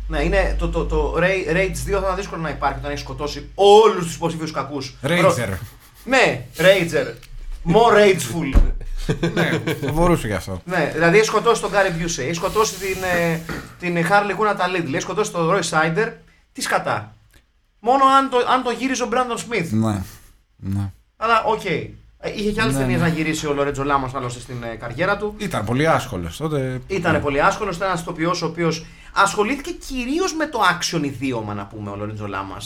A: Ναι, είναι το, το, το Ray- Rage 2 θα ήταν δύσκολο να υπάρχει όταν έχει σκοτώσει όλους τους υποψηφίου κακούς.
B: Ranger.
A: Ναι, Rager. More rageful.
B: ναι, θα μπορούσε γι' αυτό.
A: ναι, δηλαδή έχει σκοτώσει τον Gary Busey, έχει σκοτώσει την, ε, την Harley Γκούνα Talidley, έχει σκοτώσει τον Roy Sider. Τι σκατά. Μόνο αν το, αν το γύριζε ο Brandon Smith.
B: Ναι. ναι.
A: Αλλά οκ. Ε, Είχε και άλλες
B: Ναι,
A: ταινίες
B: ναι.
A: να γυρίσει ο Λορέτζο Λάμο άλλωστε στην ε, καριέρα του.
B: Ήταν πολύ άσχολος τότε.
A: Ήταν πολύ άσχολος, ήταν ένας τοπιό ο οποίος ασχολήθηκε κυρίως με το action ιδίωμα, να πούμε, ο Λορέτζο Λάμα.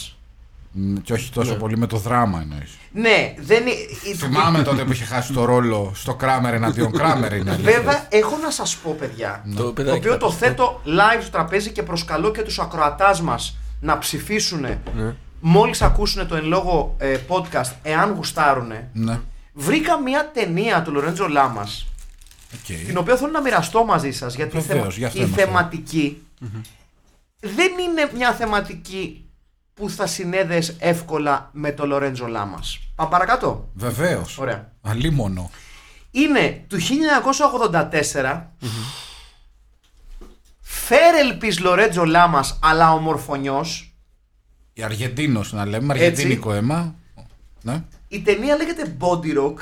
B: Μ, Και όχι τόσο πολύ με το δράμα εννοείς.
A: Ναι, δεν. ε, ε,
B: Θυμάμαι τότε που είχε χάσει το ρόλο στο Κράμερ εναντίον Κράμερ. Είναι αλήθεια.
A: Βέβαια, έχω να σας πω, παιδιά,
C: Το
A: το,
C: παιδάκι
A: οποίο
C: θα
A: το
C: πει.
A: θέτω live στο τραπέζι και προσκαλώ και τους ακροατάς μας να ψηφίσουν μόλι ακούσουν το εν λόγω ε, podcast, εάν γουστάρουν.
B: Ναι.
A: Βρήκα μια ταινία του Λορέντζο Λάμας,
B: Okay.
A: την οποία θέλω να μοιραστώ μαζί σας, γιατί η, θεμα-
B: Βεβαίως, γι' αυτό
A: η
B: είμαστε εδώ.
A: θεματική δεν είναι μια θεματική που θα συνέδεσαι εύκολα με το Λορέντζο Λάμας. Πάμε παρακάτω.
B: Βεβαίως.
A: Ωραία.
B: Αλίμονο.
A: είναι του 1984. Φέρελπης Λορέτζο Λάμας αλλά ομορφωνιός
B: Η Αργεντίνος να λέμε.
A: Έτσι.
B: Αργεντίνικο αίμα. Ναι.
A: Η ταινία λέγεται Body Rock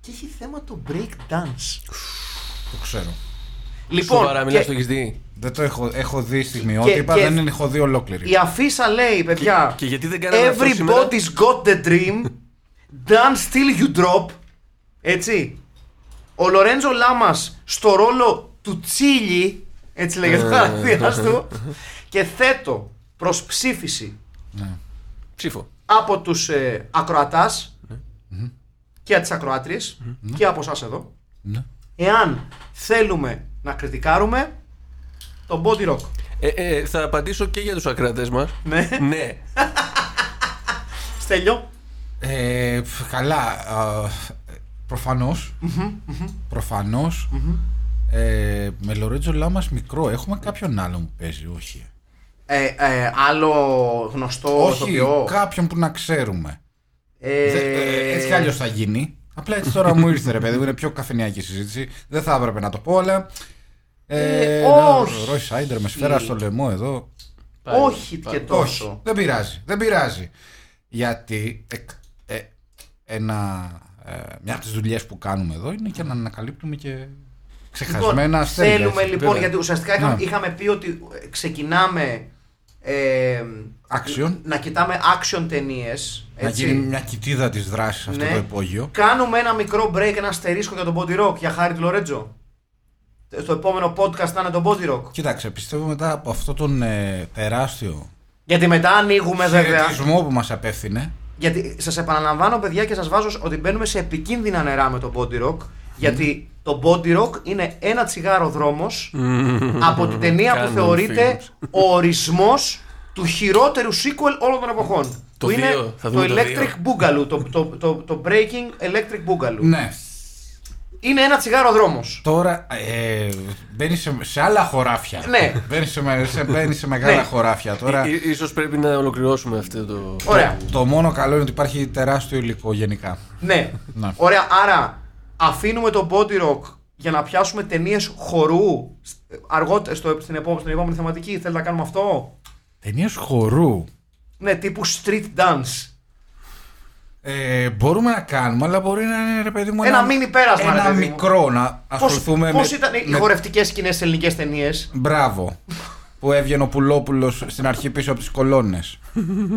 A: και έχει θέμα το break dance
B: Το ξέρω.
A: Λοιπόν,
C: Σοβαρά, μιλάς,
A: και
C: το έχεις δει.
B: Δεν το έχω, έχω δει στιγμιότυπα,
A: Και- και-
B: δεν είναι- έχω δει ολόκληρη.
A: η αφίσα λέει παιδιά
C: και γιατί δεν κάναμε αυτό σήμερα?
A: Everybody's got the dream Dance till you drop Έτσι Ο Λορέντζο Λάμας στο ρόλο του Τσίλι Έτσι
C: Ε.
A: λέγεται ο χαρακτήρας του Και θέτω προς ψήφιση
C: Ψήφο.
A: από τους ε, ακροατάς και από τις ακροάτριες και από εσάς εδώ
B: Ναι.
A: εάν θέλουμε να κριτικάρουμε τον body rock.
C: Ε, ε, θα απαντήσω και για τους ακράτε μας.
A: Ναι.
C: ναι.
A: Στέλιο.
B: Ε, πφ, καλά. α, προφανώς. Προφανώς. Ε, με Λορέτζο Λάμας μικρό. Έχουμε κάποιον άλλον που παίζει, όχι.
A: Ε, ε, άλλο γνωστό
B: όχι,
A: ηθοποιό.
B: κάποιον που να ξέρουμε.
A: Ε,
B: Δε- ε, έτσι κι αλλιώς θα γίνει. Απλά έτσι τώρα μου ήρθε ρε παιδί μου, είναι πιο καφενιακή συζήτηση. Δεν θα έπρεπε να το πω, αλλά.
A: Ε,
B: να-
A: όχι.
B: Ρόι Σάιντερ με σφαίρα στο λαιμό εδώ.
A: όχι και
B: Όχι.
A: τόσο.
B: Δεν πειράζει. Δεν πειράζει. Γιατί εκ- ε, ένα, ε, μια από τις δουλειές που κάνουμε εδώ είναι και να ανακαλύπτουμε και ξεχασμένα
A: Λοιπόν,
B: αστέρια.
A: θέλουμε
B: έτσι,
A: λοιπόν,
B: βέβαια.
A: γιατί ουσιαστικά είχα-
B: Ναι.
A: είχαμε πει ότι ε, ξεκινάμε ε,
B: Action.
A: να κοιτάμε action ταινίες.
B: Να
A: έτσι.
B: γίνει μια κοιτίδα της δράσης αυτό
A: Ναι.
B: το υπόγειο.
A: Κάνουμε ένα μικρό break, ένα αστερίσκο για τον body rock για χάρη του Λορέτζο. Στο επόμενο podcast θα είναι το body rock.
B: Κοίταξε, πιστεύω μετά από αυτόν τον ε, τεράστιο
A: Γιατί μετά ανοίγουμε βέβαια.
B: χαιρετισμό που μας απέφθινε.
A: Γιατί σας επαναλαμβάνω, παιδιά, και σας βάζω ότι μπαίνουμε σε επικίνδυνα νερά με το body rock. Γιατί το body rock είναι ένα τσιγάρο δρόμος από την ταινία που
C: Κάνουν
A: θεωρείται
C: films.
A: ο ορισμός του χειρότερου sequel όλων των εποχών.
C: Το
A: που
C: δύο,
A: είναι
C: θα
A: το
C: δούμε το
A: Electric Boogaloo, το, το, το, το Breaking Electric Boogaloo.
B: Ναι.
A: Είναι ένα τσιγάρο δρόμος.
B: Τώρα ε, μπαίνει σε, σε άλλα χωράφια.
A: Ναι.
B: Μπαίνει σε, με- σε- μπαίνει σε μεγάλα
A: Ναι.
B: χωράφια. Τώρα
C: Ί- ίσως πρέπει να ολοκληρώσουμε αυτό το.
A: Ωραία.
B: το μόνο καλό είναι ότι υπάρχει τεράστιο υλικό γενικά.
A: Ναι.
B: Ναι.
A: Ωραία, άρα αφήνουμε το body rock για να πιάσουμε ταινίες χορού σ- αργότερα στο, στην, επόμενη, στην επόμενη θεματική. Θέλετε να κάνουμε αυτό.
B: Ταινίες χορού.
A: Ναι, τύπου street dance.
B: Ε, μπορούμε να κάνουμε, αλλά μπορεί να είναι ρε παιδί μου.
A: Ένα μίνι πέρασμα,
B: Ένα
A: ρε παιδί μου.
B: μικρό να
A: Πώς,
B: ασχοληθούμε
A: πώς
B: με.
A: ήταν οι
B: με-
A: χορευτικές σκηνές σε ελληνικές ταινίες.
B: Μπράβο. που έβγαινε ο Πουλόπουλος στην αρχή πίσω από τις κολόνες.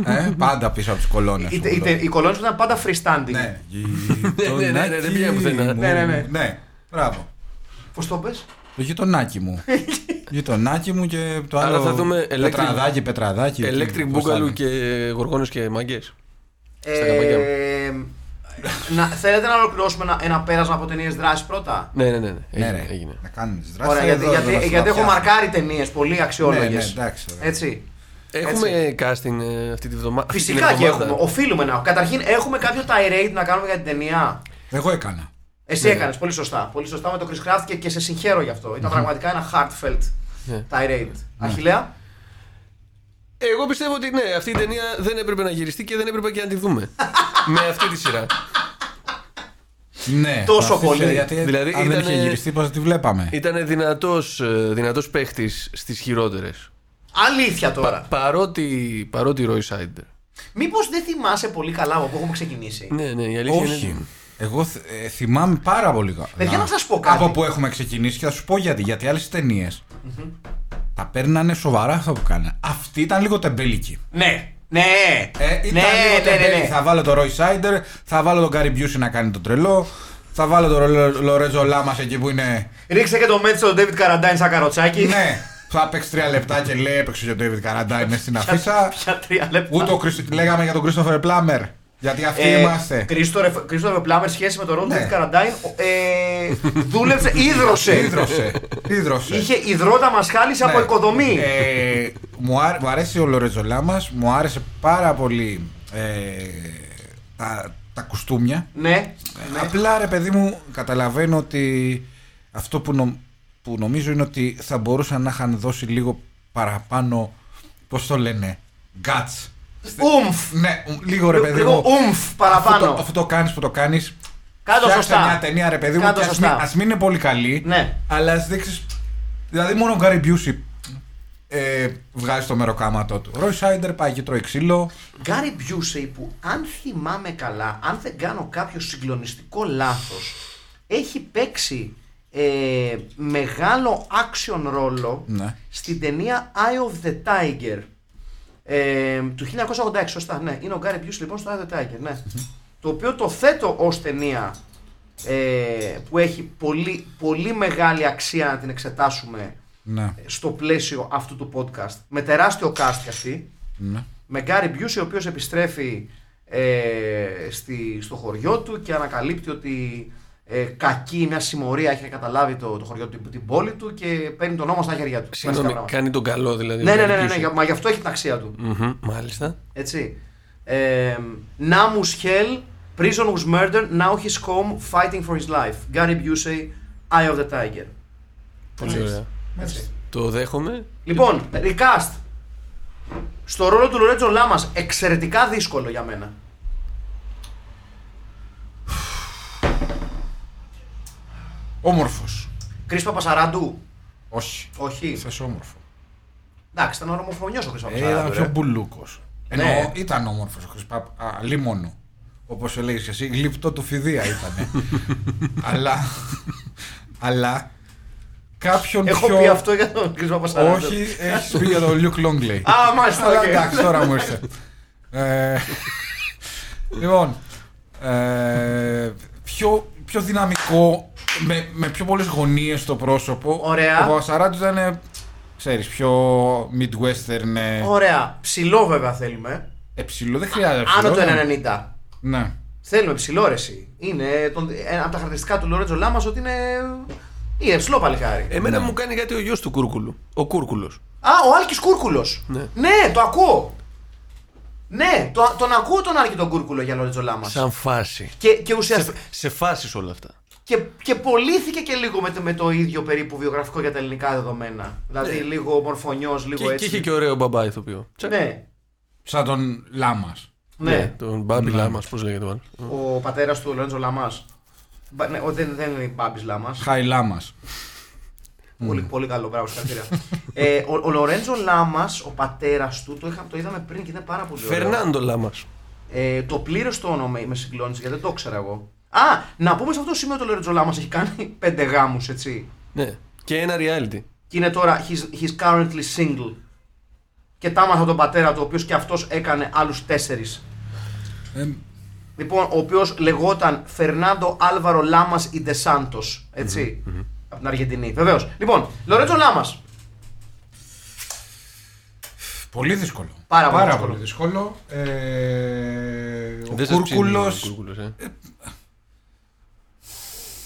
B: ε, πάντα πίσω από τις κολόνες.
A: Οι, οι, οι κολόνες ήταν πάντα freestanding.
B: Ναι.
C: Ναι, ναι, ναι, δεν πήγα πουθενά.
B: μου.
A: Ναι, ναι, ναι.
B: Ναι, μπράβο.
A: Πώς το πες.
B: Το γειτονάκι μου. γειτονάκι μου και το
C: Άρα
B: άλλο.
C: θα δούμε electric-
B: Πετραδάκι, πετραδάκι. τι-
C: Electric
B: πώς θα
C: Boogaloo
B: είναι.
C: και γοργόνες και μάγκες. Στα καπάκια μου.
A: Ε, να, θέλετε να ολοκληρώσουμε ένα, ένα πέρασμα από ταινίες δράσης πρώτα.
C: Ναι, ναι, ναι, ναι.
B: Ναι,
C: Έγινε,
B: ρε.
C: έγινε.
B: Να κάνουμε τις δράσεις.
A: Ωραία, γιατί, γιατί, γιατί έχω μαρκάρει ταινίες πολύ αξιόλογες.
B: Ναι, ναι, εντάξει, ωραία.
A: Έτσι.
C: Έχουμε casting ε, αυτή τη βδομάδα.
A: Φυσικά και έχουμε. Οφείλουμε να. Καταρχήν, έχουμε κάποιο tirade να κάνουμε για την ταινία.
B: Εγώ έκανα.
C: Ναι.
A: Εσύ έκανες πολύ σωστά. Πολύ σωστά με το Chris Craft και, και σε συγχαίρω γι' αυτό. Ήταν πραγματικά ένα heartfelt
C: Ναι.
A: tirade. Αχηλέα.
C: Εγώ πιστεύω ότι ναι, αυτή η ταινία δεν έπρεπε να γυριστεί και δεν έπρεπε και να τη δούμε. με αυτή τη σειρά.
B: Ναι.
A: Τόσο
B: αυτή
A: πολύ.
B: σε- Γιατί
C: Δηλαδή,
B: αν δεν
C: ήταν-
B: είχε γυριστεί, πώς τη βλέπαμε.
C: Ήταν δυνατός, ε, δυνατός παίχτης στις χειρότερες.
A: Αλήθεια τώρα.
C: Παρότι, παρότι Roy Sider.
A: Μήπως δεν θυμάσαι πολύ καλά από που έχουμε ξεκινήσει.
C: Ναι, ναι, η αλήθεια είναι...
B: Όχι. Εγώ θ- ε, θυμάμαι πάρα πολύ καλά.
A: Παιδιά, Ε, να σας πω κάτι.
B: Από που έχουμε ξεκινήσει και θα σου πω γιατί. Γιατί άλλες ταινίες τα παίρνανε σοβαρά αυτά που κάνανε. Αυτή ήταν λίγο τεμπέλικη.
A: Ναι. Ναι.
B: Ε, ήταν λίγο τεμπέλικη. Θα βάλω το Roy Sider, θα βάλω τον Gary Busey να κάνει τον τρελό, θα βάλω τον Λο- Λορέτζο Λάμας εκεί που είναι.
A: Ρίξε και το μέτρο στον David Καραντάιν σαν καροτσάκι.
B: ναι, θα παίξει τρία λεπτά και λέει έπαιξε και ο David Carradine μες στην αφίσα.
A: Για τρία λεπτά. Ε,
B: Ούτε ο Christopher- λέγαμε για τον Christopher Plummer. Γιατί αυτοί είμαστε.
A: Κρίστοφερ Πλάμερ σχέση με τον Ρόντ
B: Ναι.
A: Καραντάιν ε, δούλεψε, ίδρωσε.
B: Ίδρωσε. Ίδρωσε.
A: Ναι. Είχε υδρότα μασχάλης από
B: Ναι.
A: οικοδομή.
B: Ε, μου, άρε- μου αρέσει ο Λορετζολά μας, μου άρεσε πάρα πολύ ε, τα, τα κουστούμια.
A: Ναι.
B: Απλά ρε παιδί μου, καταλαβαίνω ότι αυτό που, νο- που νομίζω είναι ότι θα μπορούσαν να είχαν δώσει λίγο παραπάνω. Πώς το λένε, guts.
A: Ουμφ.
B: Ναι, λίγο ρε παιδί
A: Λίγο
B: μου.
A: ουμφ
B: Αυτό το,
A: παραπάνω.
B: αυτό το κάνεις που το κάνεις.
A: Κάτω σωστά.
B: μια ταινία, ρε παιδί μου.
A: Κάτω
B: και ας μην,
A: σωστά.
B: ας μην είναι πολύ καλή.
A: Ναι.
B: Αλλά ας δείξεις. Δηλαδή, μόνο ο Γκάρι Μπιούση ε, βγάζει το μεροκάματό του. Ο Ρόι Σάιντερ πάει και τρώει ξύλο.
A: Γκάρι Μπιούσεϊ που αν θυμάμαι καλά, αν δεν κάνω κάποιο συγκλονιστικό λάθος, έχει παίξει ε, μεγάλο action ρόλο
B: Ναι.
A: στην ταινία Eye of the Tiger ε, του 1986, σωστά, ναι. Είναι ο Γκάρι Μπιούσεϊ λοιπόν στο Eye of the Tiger, ναι. το οποίο το θέτω ως ταινία ε, που έχει πολύ, πολύ μεγάλη αξία να την εξετάσουμε
B: Ναι.
A: στο πλαίσιο αυτού του podcast με τεράστιο cast κι αυτή
B: ναι.
A: με Γκάρι Μπιούσι ο οποίος επιστρέφει ε, στη, στο χωριό του και ανακαλύπτει ότι ε, κακή μια συμμορία έχει καταλάβει το, το χωριό του, την πόλη του και παίρνει τον νόμο στα χέρια του. Βασικά
C: Συγγνώμη,
A: πράγματα.
C: κάνει τον καλό δηλαδή.
A: Ναι,
C: ο
A: ναι, ναι, ναι,
C: Γκάρι
A: ναι, για- μα γι' αυτό έχει την αξία του.
C: Busey. Μμμ, Μάλιστα.
A: Έτσι. Ε, Namus Hell, prison was murdered, now he's home fighting for his life. Γκάρι Busey, Eye of the Tiger.
C: Πολύ ωραία.
A: Έτσι.
C: Το δέχομαι.
A: Λοιπόν, recast. Στο ρόλο του Λορέτζο Λάμας, εξαιρετικά δύσκολο για μένα.
B: Όμορφος.
A: Κρι Παπασαράντου.
B: Όχι.
A: Όχι.
B: Θες όμορφο.
A: Εντάξει, ήταν ορμοφρονιό ο Κρι
B: Ε, ήταν
A: Παπασαράντου.
B: πιο
A: ρε.
B: μπουλούκος. Ενώ
A: Ναι.
B: ήταν όμορφος ο Χρυσπάπ. Α, λίμωνο. Όπως έλεγες εσύ, γλυπτό του φιδία ήταν. αλλά. αλλά. Κάποιον
A: Έχω
B: πιο.
A: πει αυτό για τον Κρι Παπασαράντου.
B: Όχι, ε, έχεις πει για τον Λιουκ Λόγκλεϊ.
A: Α, μάλιστα.
B: Αλλά
A: οκ.
B: εντάξει, τώρα μου ήρθε. Ε, λοιπόν, ε, πιο, πιο δυναμικό, με, με πιο πολλές γωνίες στο πρόσωπο.
A: Ωραία.
B: Ο Παπασαράτου ήταν, ε, ξέρεις, πιο midwestern, ε,
A: Ωραία. Ψηλό βέβαια θέλουμε.
B: ε, ψηλό, δεν χρειάζεται
A: Άνω
B: ψηλό,
A: το
B: δεν-
A: 1,90.
B: Ναι.
A: Θέλουμε ψηλό ρε εσύ. Είναι τον- ένα από τα χαρακτηριστικά του Λορέτζο Λάμας ότι είναι. Είναι ψηλό
B: Ε,
A: παλικάρι.
C: Εμένα μου κάνει κάτι ο γιος του Κούρκουλου. Ο Κούρκουλος.
A: Α, ο Άλκης Κούρκουλος.
C: Ναι.
A: το ακούω. Ναι, το, τον ακούω τον Άλκη τον Κούρκουλο για Λορέτζο Λάμας.
C: Σαν φάση.
A: Και, και ουσιαστικά.
C: Σε, σε φάσεις όλα αυτά.
A: Και, και πολύθηκε και λίγο με, το- με το ίδιο περίπου βιογραφικό για τα ελληνικά δεδομένα. Δηλαδή λίγο μορφωνιό, λίγο
C: Ναι. Και, και
A: έτσι.
C: είχε και ωραίο μπαμπά ηθοποιό. Τσακ.
A: Ναι,
B: Σαν τον Λάμας.
A: ναι.
C: Τον Μπάμπι Λάμας, πώς λέγεται ο άλλος.
A: Ο πατέρας του Λορέντζο Λαμά. Μπα- ναι, ο- δεν, δεν είναι η μπάμπισλά μα.
B: Χάι Λάμας.
A: Πολύ,
C: Ναι.
A: πολύ καλό, μπράβο, συγχαρητήρια. ε, ο, ο Λορέντζο Λάμας, ο πατέρας του, το, είχα, το είδαμε πριν και ήταν πάρα πολύ ωραίο.
C: Φερνάντο Λάμας.
A: Ε, το πλήρε το όνομα με συγκλώνησε γιατί δεν το ήξερα εγώ. Α, να πούμε σε αυτό το σημείο ότι ο Λορέντζο Λάμα έχει κάνει πέντε γάμους, έτσι.
C: Ναι. Και ένα reality.
A: Και είναι τώρα, he's, he's currently single. Και τα άμαθα τον πατέρα του, ο οποίος και αυτός έκανε άλλους τέσσερις.
B: Ε,
A: Λοιπόν, ο οποίος λεγόταν Φερνάντο Άλβαρο Λάμας Ιντεσάντο. Έτσι. Από την Αργεντινή, βεβαίως. Λοιπόν, Λορέντζο Λάμας.
B: Πολύ δύσκολο.
A: Πάρα πολύ
B: πολύ δύσκολο. Ε, ο
C: Δεν σας ψήνει ο
B: Κούρκουλος
C: Κούρκουλος, ε.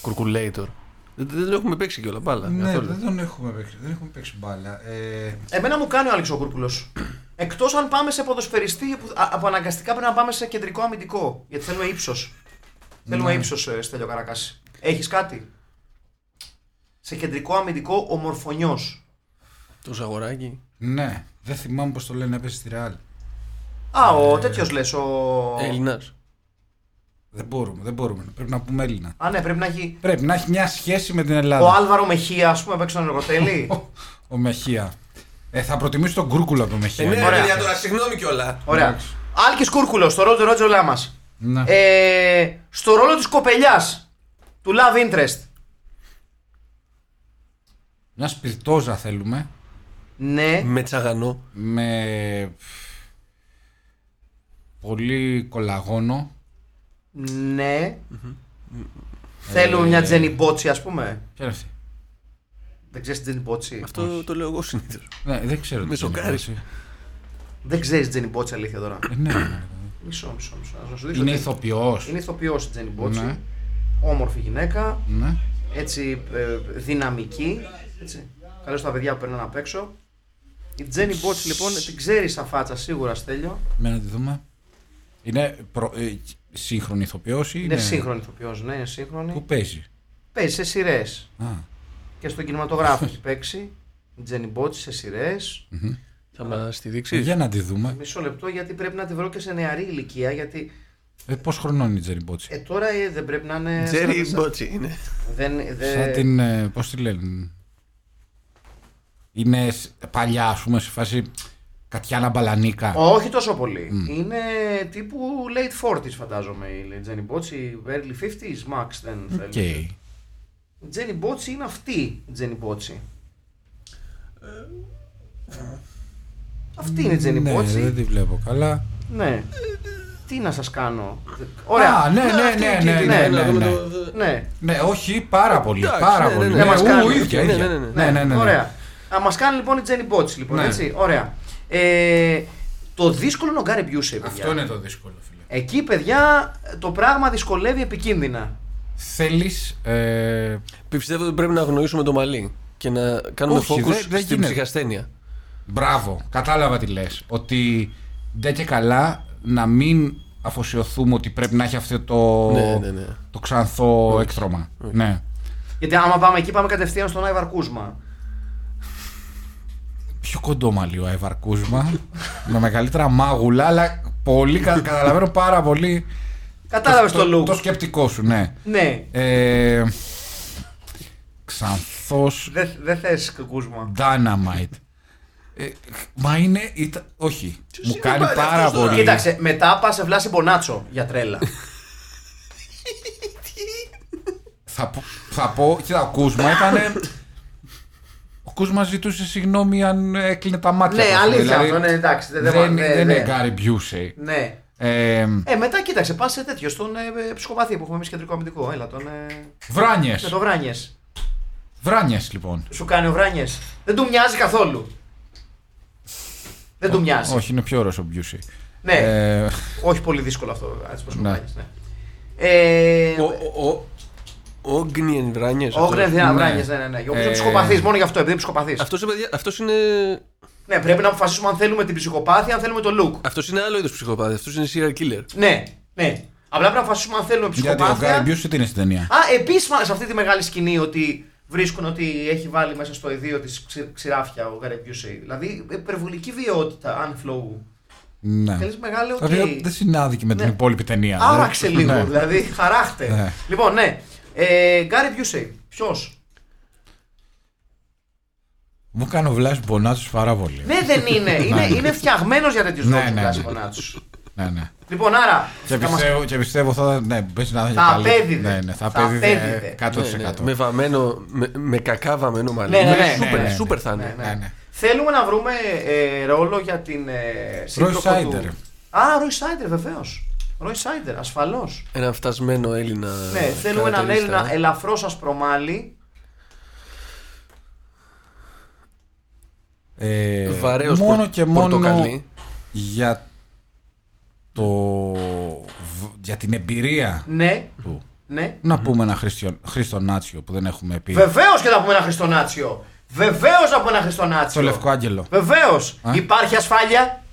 C: Κουρκουλέιτορ. Δεν, δεν τον έχουμε παίξει κιόλα μπάλα.
B: Ναι,
C: καθόλου.
B: δεν τον έχουμε παίξει, δεν έχουμε παίξει μπάλα. Ε,
A: Εμένα μου κάνει ο Άλεξ ο Κούρκουλος. Εκτός αν πάμε σε ποδοσφαιριστή που α- απαναγκαστικά πρέπει να πάμε σε κεντρικό αμυντικό. Γιατί θέλουμε ύψος. Θέλουμε ύψος, ε, Στέλιο Καρακάση. Έχεις κάτι. Σε κεντρικό αμυντικό ο Μορφωνιός.
C: Το ζαγοράκι.
B: ναι, δεν θυμάμαι πώς το λένε, έπαιζε στη Ρεάλ.
A: Α, ο τέτοιος λες. Ο...
C: Έλληνας.
B: Δεν μπορούμε, δεν μπορούμε. Πρέπει να πούμε Έλληνα.
A: Α, ναι, πρέπει να έχει.
B: Πρέπει να έχει μια σχέση με την Ελλάδα.
A: Ο Άλβαρο Μεχία, ας πούμε, παίξει τον εργοτέλη.
B: Ο- ο Μεχία. Ε, θα προτιμήσω τον Κούρκουλο από τον Μεχία.
C: Ε, ναι.
A: Ωραία. παιδιά,
C: τώρα συγγνώμη κιόλα.
A: Ωραία. Άλκης Κούρκουλος, στο ρόλο του Ρότζο Λάμα.
B: Ναι.
A: Ε, στο ρόλο της κοπελιάς του Love Interest.
B: Μια σπιρτόζα θέλουμε.
A: Ναι.
C: Με τσαγανό.
B: Με. Πολύ κολαγόνο.
A: Ναι.
B: Mm-hmm. Ε,
A: Θέλουμε μια Τζένι Μπότσι, ας πούμε.
B: Ποια είναι αυτή.
A: Δεν ξέρεις Τζένι Μπότσι.
C: Αυτό το λέω εγώ συνήθως.
B: Ναι, δεν ξέρω. τι είναι.
C: Με σοκάρισε.
A: Δεν ξέρεις Τζένι Μπότσι, αλήθεια τώρα.
B: Ε, ναι, ναι.
A: μισό, μισό, μισό. Ας Να σου δείξω.
B: Είναι
A: ότι-
B: ηθοποιός.
A: Είναι ηθοποιός η Τζένι Μπότσι.
B: Ναι.
A: Όμορφη γυναίκα.
B: Ναι.
A: Έτσι ε, δυναμική. Έτσι. Καλώς τα παιδιά που περνάνε απ' έξω. Η Τζένι Μπότσι λοιπόν την ξέρεις σαν φάτσα σίγουρα στέλιο.
B: Για να τη δούμε. Είναι προ... ε, σύγχρονη ηθοποιός ή
A: Είναι σύγχρονη ηθοποιός, ναι, είναι σύγχρονη.
B: Πού παίζει.
A: Παίζει σε σειρές.
B: Α,
A: Και στον κινηματογράφο έχει παίξει. Η Τζένι Μπότσι σε σειρές.
C: Θα μας τη
B: για
C: δείξει.
B: να τη δούμε.
A: Μισό λεπτό γιατί πρέπει να τη βρω και σε νεαρή ηλικία. Γιατί
B: Ε, Πώς χρονών είναι η Τζέρι Μπότσι.
A: ε, τώρα ε, δεν πρέπει να είναι.
C: Τζέρι
A: σαν-
C: Μπότσι είναι.
A: Δεν,
B: Σαν
A: δεν...
B: την. Ε, Πώς τη λένε. Είναι σ- παλιά, ας πούμε, σε φάση Κατιάνα Μπαλανίκα.
A: Όχι τόσο πολύ. Είναι τύπου late 40s φαντάζομαι η Τζένι Μπότσι, early 50s max δεν
B: Οκ.
A: θέλω. Η Τζένι Μπότσι είναι αυτή η Τζένι Μπότσι. Ε, Αυτή είναι η Τζένι
B: Ναι, δεν
A: Μπότσι.
B: τη βλέπω καλά.
A: Ναι. Τι να σας κάνω. Ωραία.
B: Α, ναι, ναι,
A: αυτή
B: ναι,
A: εκεί,
B: ναι,
A: ναι,
B: ναι,
A: ναι,
B: ναι, ναι.
A: Ναι.
B: Ναι, όχι, πάρα πολύ.
C: Εντάξει,
B: Πάρα
C: ναι,
B: πολύ.
C: ναι,
A: ναι,
B: Ναι,
A: μας
B: ου,
A: κάνει.
B: ίδια,
C: Ναι,
B: ίδια.
C: ναι, ναι, ναι.
B: Ναι, ναι, ναι.
A: Ωραία. Α μας κάνει λοιπόν η Τζένι Μπότσι λοιπόν,
B: Ναι.
A: έτσι. Ωραία. Ε, το δύσκολο είναι ο Γκάρι Μπιούσε, παιδιά.
B: Αυτό είναι το δύσκολο, φίλε.
A: Εκεί, παιδιά, το πράγμα δυσκολεύει επικίνδυνα.
B: Θέλεις. Ε,
C: Πιστεύω ότι πρέπει να αγνοήσουμε το μαλλί και να κάνουμε
B: Όχι,
C: focus
B: δεν- δεν
C: στην
B: γίνεται.
C: ψυχασθένεια.
B: μπράβο, κατάλαβα τι λες. Ότι ντε και καλά να μην αφοσιωθούμε ότι πρέπει να έχει αυτό το,
C: Ναι, ναι, ναι.
B: το ξανθό έκτρωμα. Ναι.
A: Γιατί άμα πάμε εκεί, πάμε κατευθείαν στον Άιβαρ Κούσμα.
B: Πιο κοντό μαλλί ο Άιβαρ Κούσμα. με μεγαλύτερα μάγουλα, αλλά πολύ, κα- καταλαβαίνω πάρα πολύ.
A: Κατάλαβες το look.
B: Το σκεπτικό σου, ναι.
A: Ναι.
B: Ε, ξανθός
A: Δεν δε θες κούσμα.
B: Dynamite. Ε, μα είναι. Ήταν, όχι. μου κάνει
C: συμβαίνει
B: πάρα
C: αυτός τώρα?
B: πολύ.
A: Κοίταξε, μετά πας σε βλάση μπονάτσο για τρέλα.
B: Θα, πω- θα πω. Κοίτα, ο Κούσμα ήταν. Ο Κούσμα ζητούσε συγγνώμη αν έκλεινε τα μάτια.
A: ναι,
B: του,
A: αλήθεια
B: δηλαδή,
A: αυτό, ναι, εντάξει. Δεν,
B: Δεν,
A: δεν,
B: είναι-
A: ναι,
B: δεν
A: ναι.
B: είναι Gary Busey.
A: Ναι.
B: Ε,
A: Ε, μετά κοίταξε, πας σε τέτοιο, στον ε, ε, ψυχοπαθή που έχουμε εμείς κεντρικό αμυντικό. Έλα, τον. Ε,
B: Βράνιες.
A: με το Βράνιες.
B: Βράνιες, λοιπόν.
A: Σου κάνει ο Βράνιες. Δεν του μοιάζει καθόλου. Δεν του μοιάζει.
B: Όχι, είναι πιο ωραίος ο Busey.
A: Ναι.
B: Ε,
A: Όχι πολύ δύσκολο αυτό. βέβαια, έτσι πως το
B: Ναι.
A: κάνεις, ναι. Ε,
C: Ο- ο- ο- Ο Όγγνιεν Βράνιε.
A: Ο Γκρενδιά
B: ναι.
A: Βράνιες, ναι, ναι. ναι. Ο οποίος είναι
B: Ε,
A: ψυχοπαθής, μόνο γι' αυτό, επειδή είναι ψυχοπαθής.
C: Αυτό ε, είναι.
A: Ναι, πρέπει να αποφασίσουμε αν θέλουμε την ψυχοπάθεια, αν θέλουμε το look.
C: Αυτός είναι άλλο είδος ψυχοπάθη. Αυτός είναι serial killer.
A: Ναι, ναι. Απλά πρέπει να αποφασίσουμε αν θέλουμε
B: γιατί ο Gary
A: ψυχοπάθεια.
B: Busey τι είναι στην ταινία.
A: Α, επίσημα σε αυτή τη μεγάλη σκηνή ότι βρίσκουν ότι έχει βάλει μέσα στο ιδίο της ξηράφια ο Γκάρι Μπιούσεϊ. Δηλαδή υπερβολική βιαιότητα, αν flow.
B: Ναι.
A: Θέλεις μεγάλο.
B: Το οποίο
A: Okay.
B: δεν συνάδει και με την υπόλοιπη ταινία.
A: Ναι.
B: δηλαδή.
A: Άραξε λίγο,
B: Ναι.
A: δηλαδή χαράχτε.
B: Ναι.
A: Λοιπόν, ναι. Ε, Γκάρι Μπιούσεϊ. Ποιος.
B: Μου κάνει ο Βλάσης Μπονάτσος πάρα πολύ.
A: Ναι, δεν είναι. είναι, είναι φτιαγμένος για τέτοιους
B: Ναι,
A: ρόλου.
B: ναι,
A: Ναι,
B: ναι. Ναι, ναι.
A: Λοιπόν, άρα.
B: Και
A: θα μας-
B: πιστεύω, και πιστεύω θα. Ναι, πες να είναι
A: Θα
B: καλή.
A: απέδιδε.
B: Ναι, ναι, θα
A: Θα απέδιδε.
B: απέδιδε 100%.
C: Ναι, ναι, με βαμμένο, με, με κακά βαμμένο μαλλί.
A: Ναι, ναι,
C: Με
A: ναι,
C: σούπερ,
B: ναι, ναι.
C: σούπερ θα είναι.
B: Ναι, ναι.
A: Θέλουμε να βρούμε ε, ρόλο για την. Ε, σύντροφο
B: Σάιντερ.
A: του- Α, Ρόι Σάιντερ, βεβαίω. Ρόι Σάιντερ, ασφαλώ.
C: Έναν φτασμένο Έλληνα.
A: Ναι, θέλουμε έναν
C: καρατερίστα.
A: Έλληνα ελαφρώς ασπρομάλι.
B: Ε,
C: Βαρέος
B: μόνο
C: πορ-
B: και μόνο
C: πορτοκαλί.
B: για το β- για την εμπειρία
A: Ναι,
B: του.
A: ναι.
B: Να πούμε ένα Χρήστιο- Χριστονάτσιο που δεν έχουμε πει.
A: Βεβαίως και θα πούμε ένα Χριστονάτσιο. Βεβαίως θα πούμε ένα Χριστονάτσιο.
B: Το Λευκό Άγγελο.
A: Βεβαίως.
B: Α.
A: Υπάρχει ασφάλεια.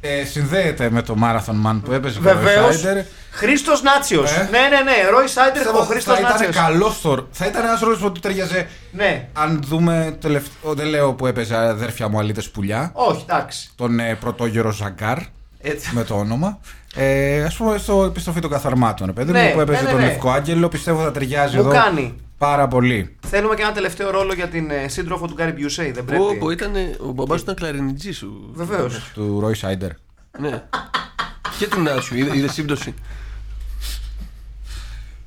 B: Ε, συνδέεται με το Marathon Man που έπαιζε το
A: Βεβαίως.
B: Insider.
A: Χρήστος Νάτσιος.
B: Ε.
A: Ναι, ναι, ναι. Ρόι Σάιντερ, Ε, ο
B: Θα-
A: Χρήστος
B: Θα ήταν
A: Νάτσιος.
B: καλός στο. Θα ήταν ένας ρόλος που ταιριάζε.
A: Ναι.
B: Αν δούμε. Τελευταίο, δεν λέω που έπαιζε αδέρφια μου αλήτες πουλιά.
A: Όχι, εντάξει.
B: Τον ε, πρωτόγερο Ζαγκάρ.
A: Έτσι.
B: με το όνομα. Ε, Ας πούμε στο επιστροφή των καθαρμάτων. ρε Παιδί
A: Ναι,
B: μου που έπαιζε
A: ναι, ναι,
B: τον
A: ναι.
B: Λευκό Άγγελο. Πιστεύω θα ταιριάζει
A: Μου
B: εδώ
A: κάνει.
B: πάρα πολύ.
A: Θέλουμε και ένα τελευταίο ρόλο για την ε, σύντροφο του Γκάρι Μπιουσέη. Δεν πρέπει.
C: Πω, πω, ήτανε- ο μπαμπάς ήταν κλαρινιτζή σου.
A: Βεβαίως.
B: Του Ρόι Σάιντερ.
C: Ναι. Και του Νάτσου, είδε, είδε σύμπτωση.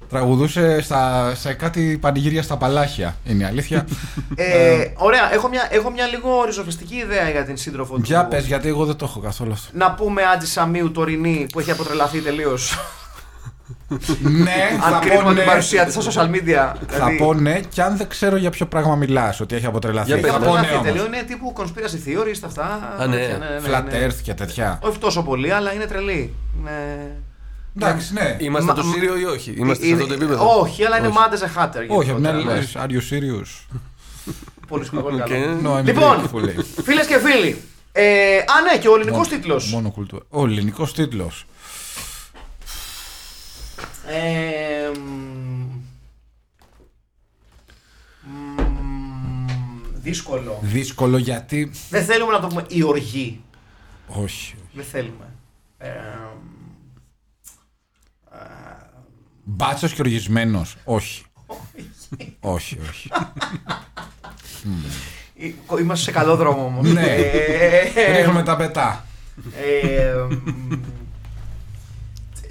B: Τραγουδούσε στα, σε κάτι πανηγύρια στα παλάχια. Είναι η αλήθεια.
A: Ε, ωραία, έχω μια, έχω μια λίγο ριζοφιστική ιδέα για την σύντροφο του.
B: Για πες, γιατί εγώ δεν το έχω καθόλου αυτό.
A: Να πούμε Άντζη Σαμίου τωρινή που έχει αποτρελαθεί τελείως.
B: ναι,
A: Αν
B: θα πω
A: κρίνουμε
B: ναι.
A: την παρουσία δηλαδή. της στα social media.
B: Θα πω ναι, και αν δεν ξέρω για ποιο πράγμα μιλάς, ότι έχει αποτρελαθεί.
C: Για πες,
B: θα
C: για
B: πω
C: πες,
B: ναι
A: αποτρελαθεί
B: όμως.
A: τελείω. Είναι τύπου conspiracy theories τα αυτά.
C: ναι.
A: τέτοια, ναι, ναι,
B: Flat
A: ναι.
B: Earth και τέτοια.
A: Όχι τόσο πολύ, αλλά είναι τρελή. Ναι.
B: Εντάξει, ναι.
C: Είμαστε
A: Μα-
C: το Σύριο ή όχι. Είμαστε σε
A: Είναι-
C: αυτό το επίπεδο.
A: Όχι, αλλά είναι mad as a hatter.
B: Όχι,
A: γενικότερα.
B: απ' την άλλη,
A: Ναι.
B: λες, Are you serious?
A: Πολύ σκοπό. πολύ
C: Οκ.
A: καλό.
B: No, I'm
A: Λοιπόν.
B: grateful, λέει.
A: Φίλες και φίλοι. Ε, α, ναι, και ο ελληνικός τίτλος.
B: Μόνο κουλτούρα. Ο ελληνικός τίτλος.
A: Ε, μ, μ, δύσκολο.
B: Δύσκολο γιατί.
A: Δεν θέλουμε να το πούμε η οργή.
B: Όχι.
A: Δεν θέλουμε. Ε,
B: Μπάτσος και οργισμένος. Όχι. όχι, όχι.
A: ε, είμαστε σε καλό δρόμο όμως.
B: Ναι.
A: Ε, ε,
B: Ρίχνουμε τα πετά.
A: ε, μ,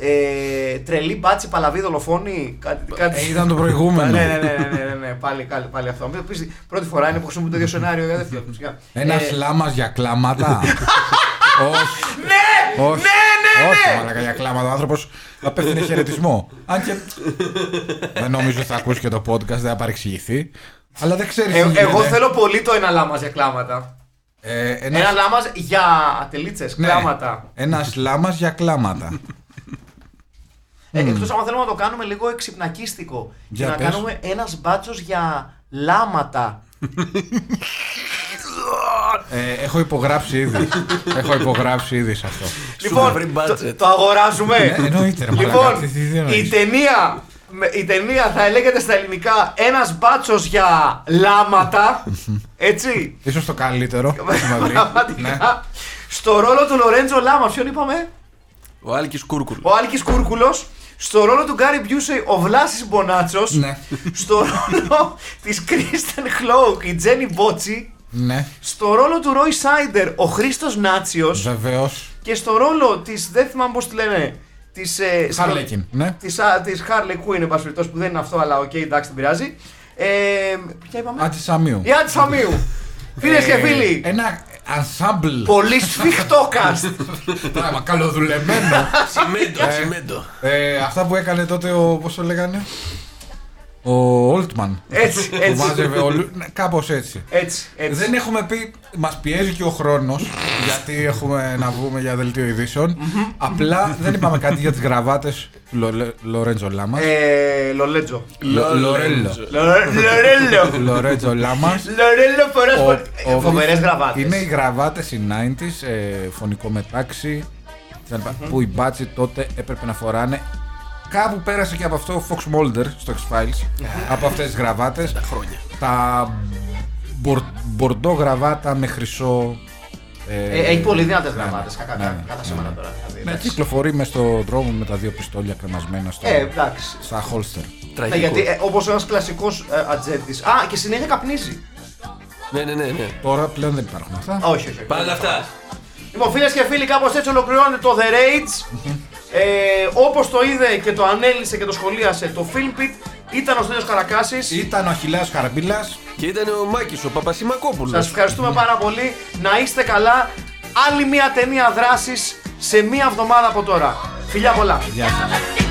A: ε, τρελή μπάτσι παλαβή δολοφόνη. Κάτι, κάτι...
B: Ε, ήταν το
A: ναι,
B: προηγούμενο.
A: ναι, ναι, ναι, ναι, ναι, ναι, πάλι, πάλι, πάλι αυτό. Μην πεις, Πρώτη φορά είναι που χρησιμοποιούμε το ίδιο σενάριο για δεύτερη φορά, φυσικά.
B: Ένα
A: Ε,
B: λάμα για κλάματα. όχι.
A: Ναι!
B: Όχι,
A: Ναι, ναι,
B: όχι
A: ναι!
B: μαλακά για κλάματα. Ο άνθρωπος απέφθινε χαιρετισμό. Αν και. δεν νομίζω ότι θα ακούσει και το podcast, δεν θα παρεξηγηθεί. Αλλά δεν ξέρεις.
A: Ε, εγώ θέλω πολύ το ένα λάμας για κλάματα.
B: ένας
A: Ένα λάμας για τελίτσε,
B: Ναι.
A: κλάματα.
B: Ένας λάμας για κλάματα.
A: Ε, Εκτό αν θέλουμε να το κάνουμε λίγο εξυπνακίστικο.
B: Για
A: και να
B: πες.
A: κάνουμε ένας μπάτσος για λάματα.
B: Ε, έχω υπογράψει ήδη. έχω υπογράψει ήδη σε αυτό.
C: free
A: λοιπόν,
C: budget.
A: το, το αγοράζουμε.
B: Ναι, εννοείται, ρε μαλάκα,
A: λοιπόν,
B: τι- τι- τι εννοείς.
A: η ταινία, με- η ταινία θα λέγεται στα ελληνικά ένας μπάτσος για λάματα. έτσι.
B: Ίσως το καλύτερο. που έχουμε βρει. ναι.
A: Πραγματικά. Στο ρόλο του Λορέντζο Λάμα, ποιον είπαμε,
C: Ο Άλκης Κούρκουλ.
A: ο Άλκης Κούρκουλος Στο ρόλο του Γκάρι Μπιούσεϊ, ο Βλάσης Μπονάτσος
B: Ναι.
A: Στο ρόλο της Κρίστεν Χλόουκ, η Τζένι Μπότσι
B: ναι.
A: Στο ρόλο του Ρόι Σάιντερ, ο Χρήστος Νάτσιος
B: Βεβαίως.
A: Και στο ρόλο της, δεν θυμάμαι πώς τη λένε Της, ε, στο-
B: Harlequin, ναι.
A: Της, α, της Harley Quinn, εν πάση περιπτώσει, που δεν είναι αυτό αλλά οκ, εντάξει δεν πειράζει ε, Ποια είπαμε?
B: Άτσι Σαμίου.
A: Η Άντι Σαμίου Φίλες και
B: Ε,
A: φίλοι,
B: Ένα ensemble.
A: πολύ σφιχτό cast
B: Πράγμα καλοδουλεμένο.
C: Τσιμέντο, τσιμέντο.
B: ε, αυτά που έκανε τότε ο. Πώς το λέγανε. Ο Όλτμαν.
A: Έτσι,
B: Που
A: έτσι,
B: μάζευε όλου. Κάπω Ναι, έτσι.
A: έτσι, έτσι.
B: Δεν έχουμε πει, μας πιέζει και ο χρόνος, γιατί έχουμε να βγούμε για δελτίο ειδήσεων. Απλά δεν είπαμε κάτι για τις γραβάτες Λορέντζο Λάμας.
A: Ε, Λολέτζο.
B: Λορέλο.
A: Λο- Λορέλο.
B: Λορέντζο Λάμας.
A: Λορέλο φοράς
B: Ο-
A: φο- Ε,
B: ο-
A: φοβερές γραβάτες.
B: Είναι οι γραβάτες οι 90s, ε, φωνικό μετάξι. κτλ. Που οι μπάτσι τότε έπρεπε να φοράνε. Κάπου πέρασε και από αυτό ο Fox Mulder στο X-Files. από αυτές τις γραβάτες. Τα, χρόνια. τα μπορ- μπορντό γραβάτα με χρυσό
A: Ε, έχει πολύ δυνατές
B: ναι,
A: γραμμάτε.
B: ναι,
A: Κακά
B: ναι, ναι,
A: κατά
B: ναι.
A: σήμερα τώρα. δηλαδή,
B: Ναι,
A: εντάξει.
B: κυκλοφορεί μες στο δρόμο με τα δύο πιστόλια κρεμασμένα στο,
A: Ε, εντάξει.
B: στα holster.
A: Ναι,
C: Τραγικό.
A: γιατί όπως ένας κλασικός ατζέντη. ε, Α, και συνέχεια καπνίζει.
C: Ναι, ναι, ναι. ναι.
B: Τώρα πλέον δεν υπάρχουν αυτά.
A: Α, όχι, όχι. όχι.
C: Πάντα αυτά.
A: Λοιπόν, φίλες και φίλοι, κάπως έτσι ολοκληρώνεται το The Rage. ε, Όπως το είδε και το ανέλησε και το σχολίασε το Film Pit, ήταν ο Στέλιος Καρακάσης.
B: Ήταν ο Αχιλέας Χαραμπίλας.
C: Και ήταν ο Μάκης, ο Παπασημακόπουλος.
A: Σας ευχαριστούμε πάρα πολύ. Να είστε καλά. Άλλη μια ταινία δράσης σε μια εβδομάδα από τώρα. Φιλιά πολλά.
B: Γεια σας.
E: Let's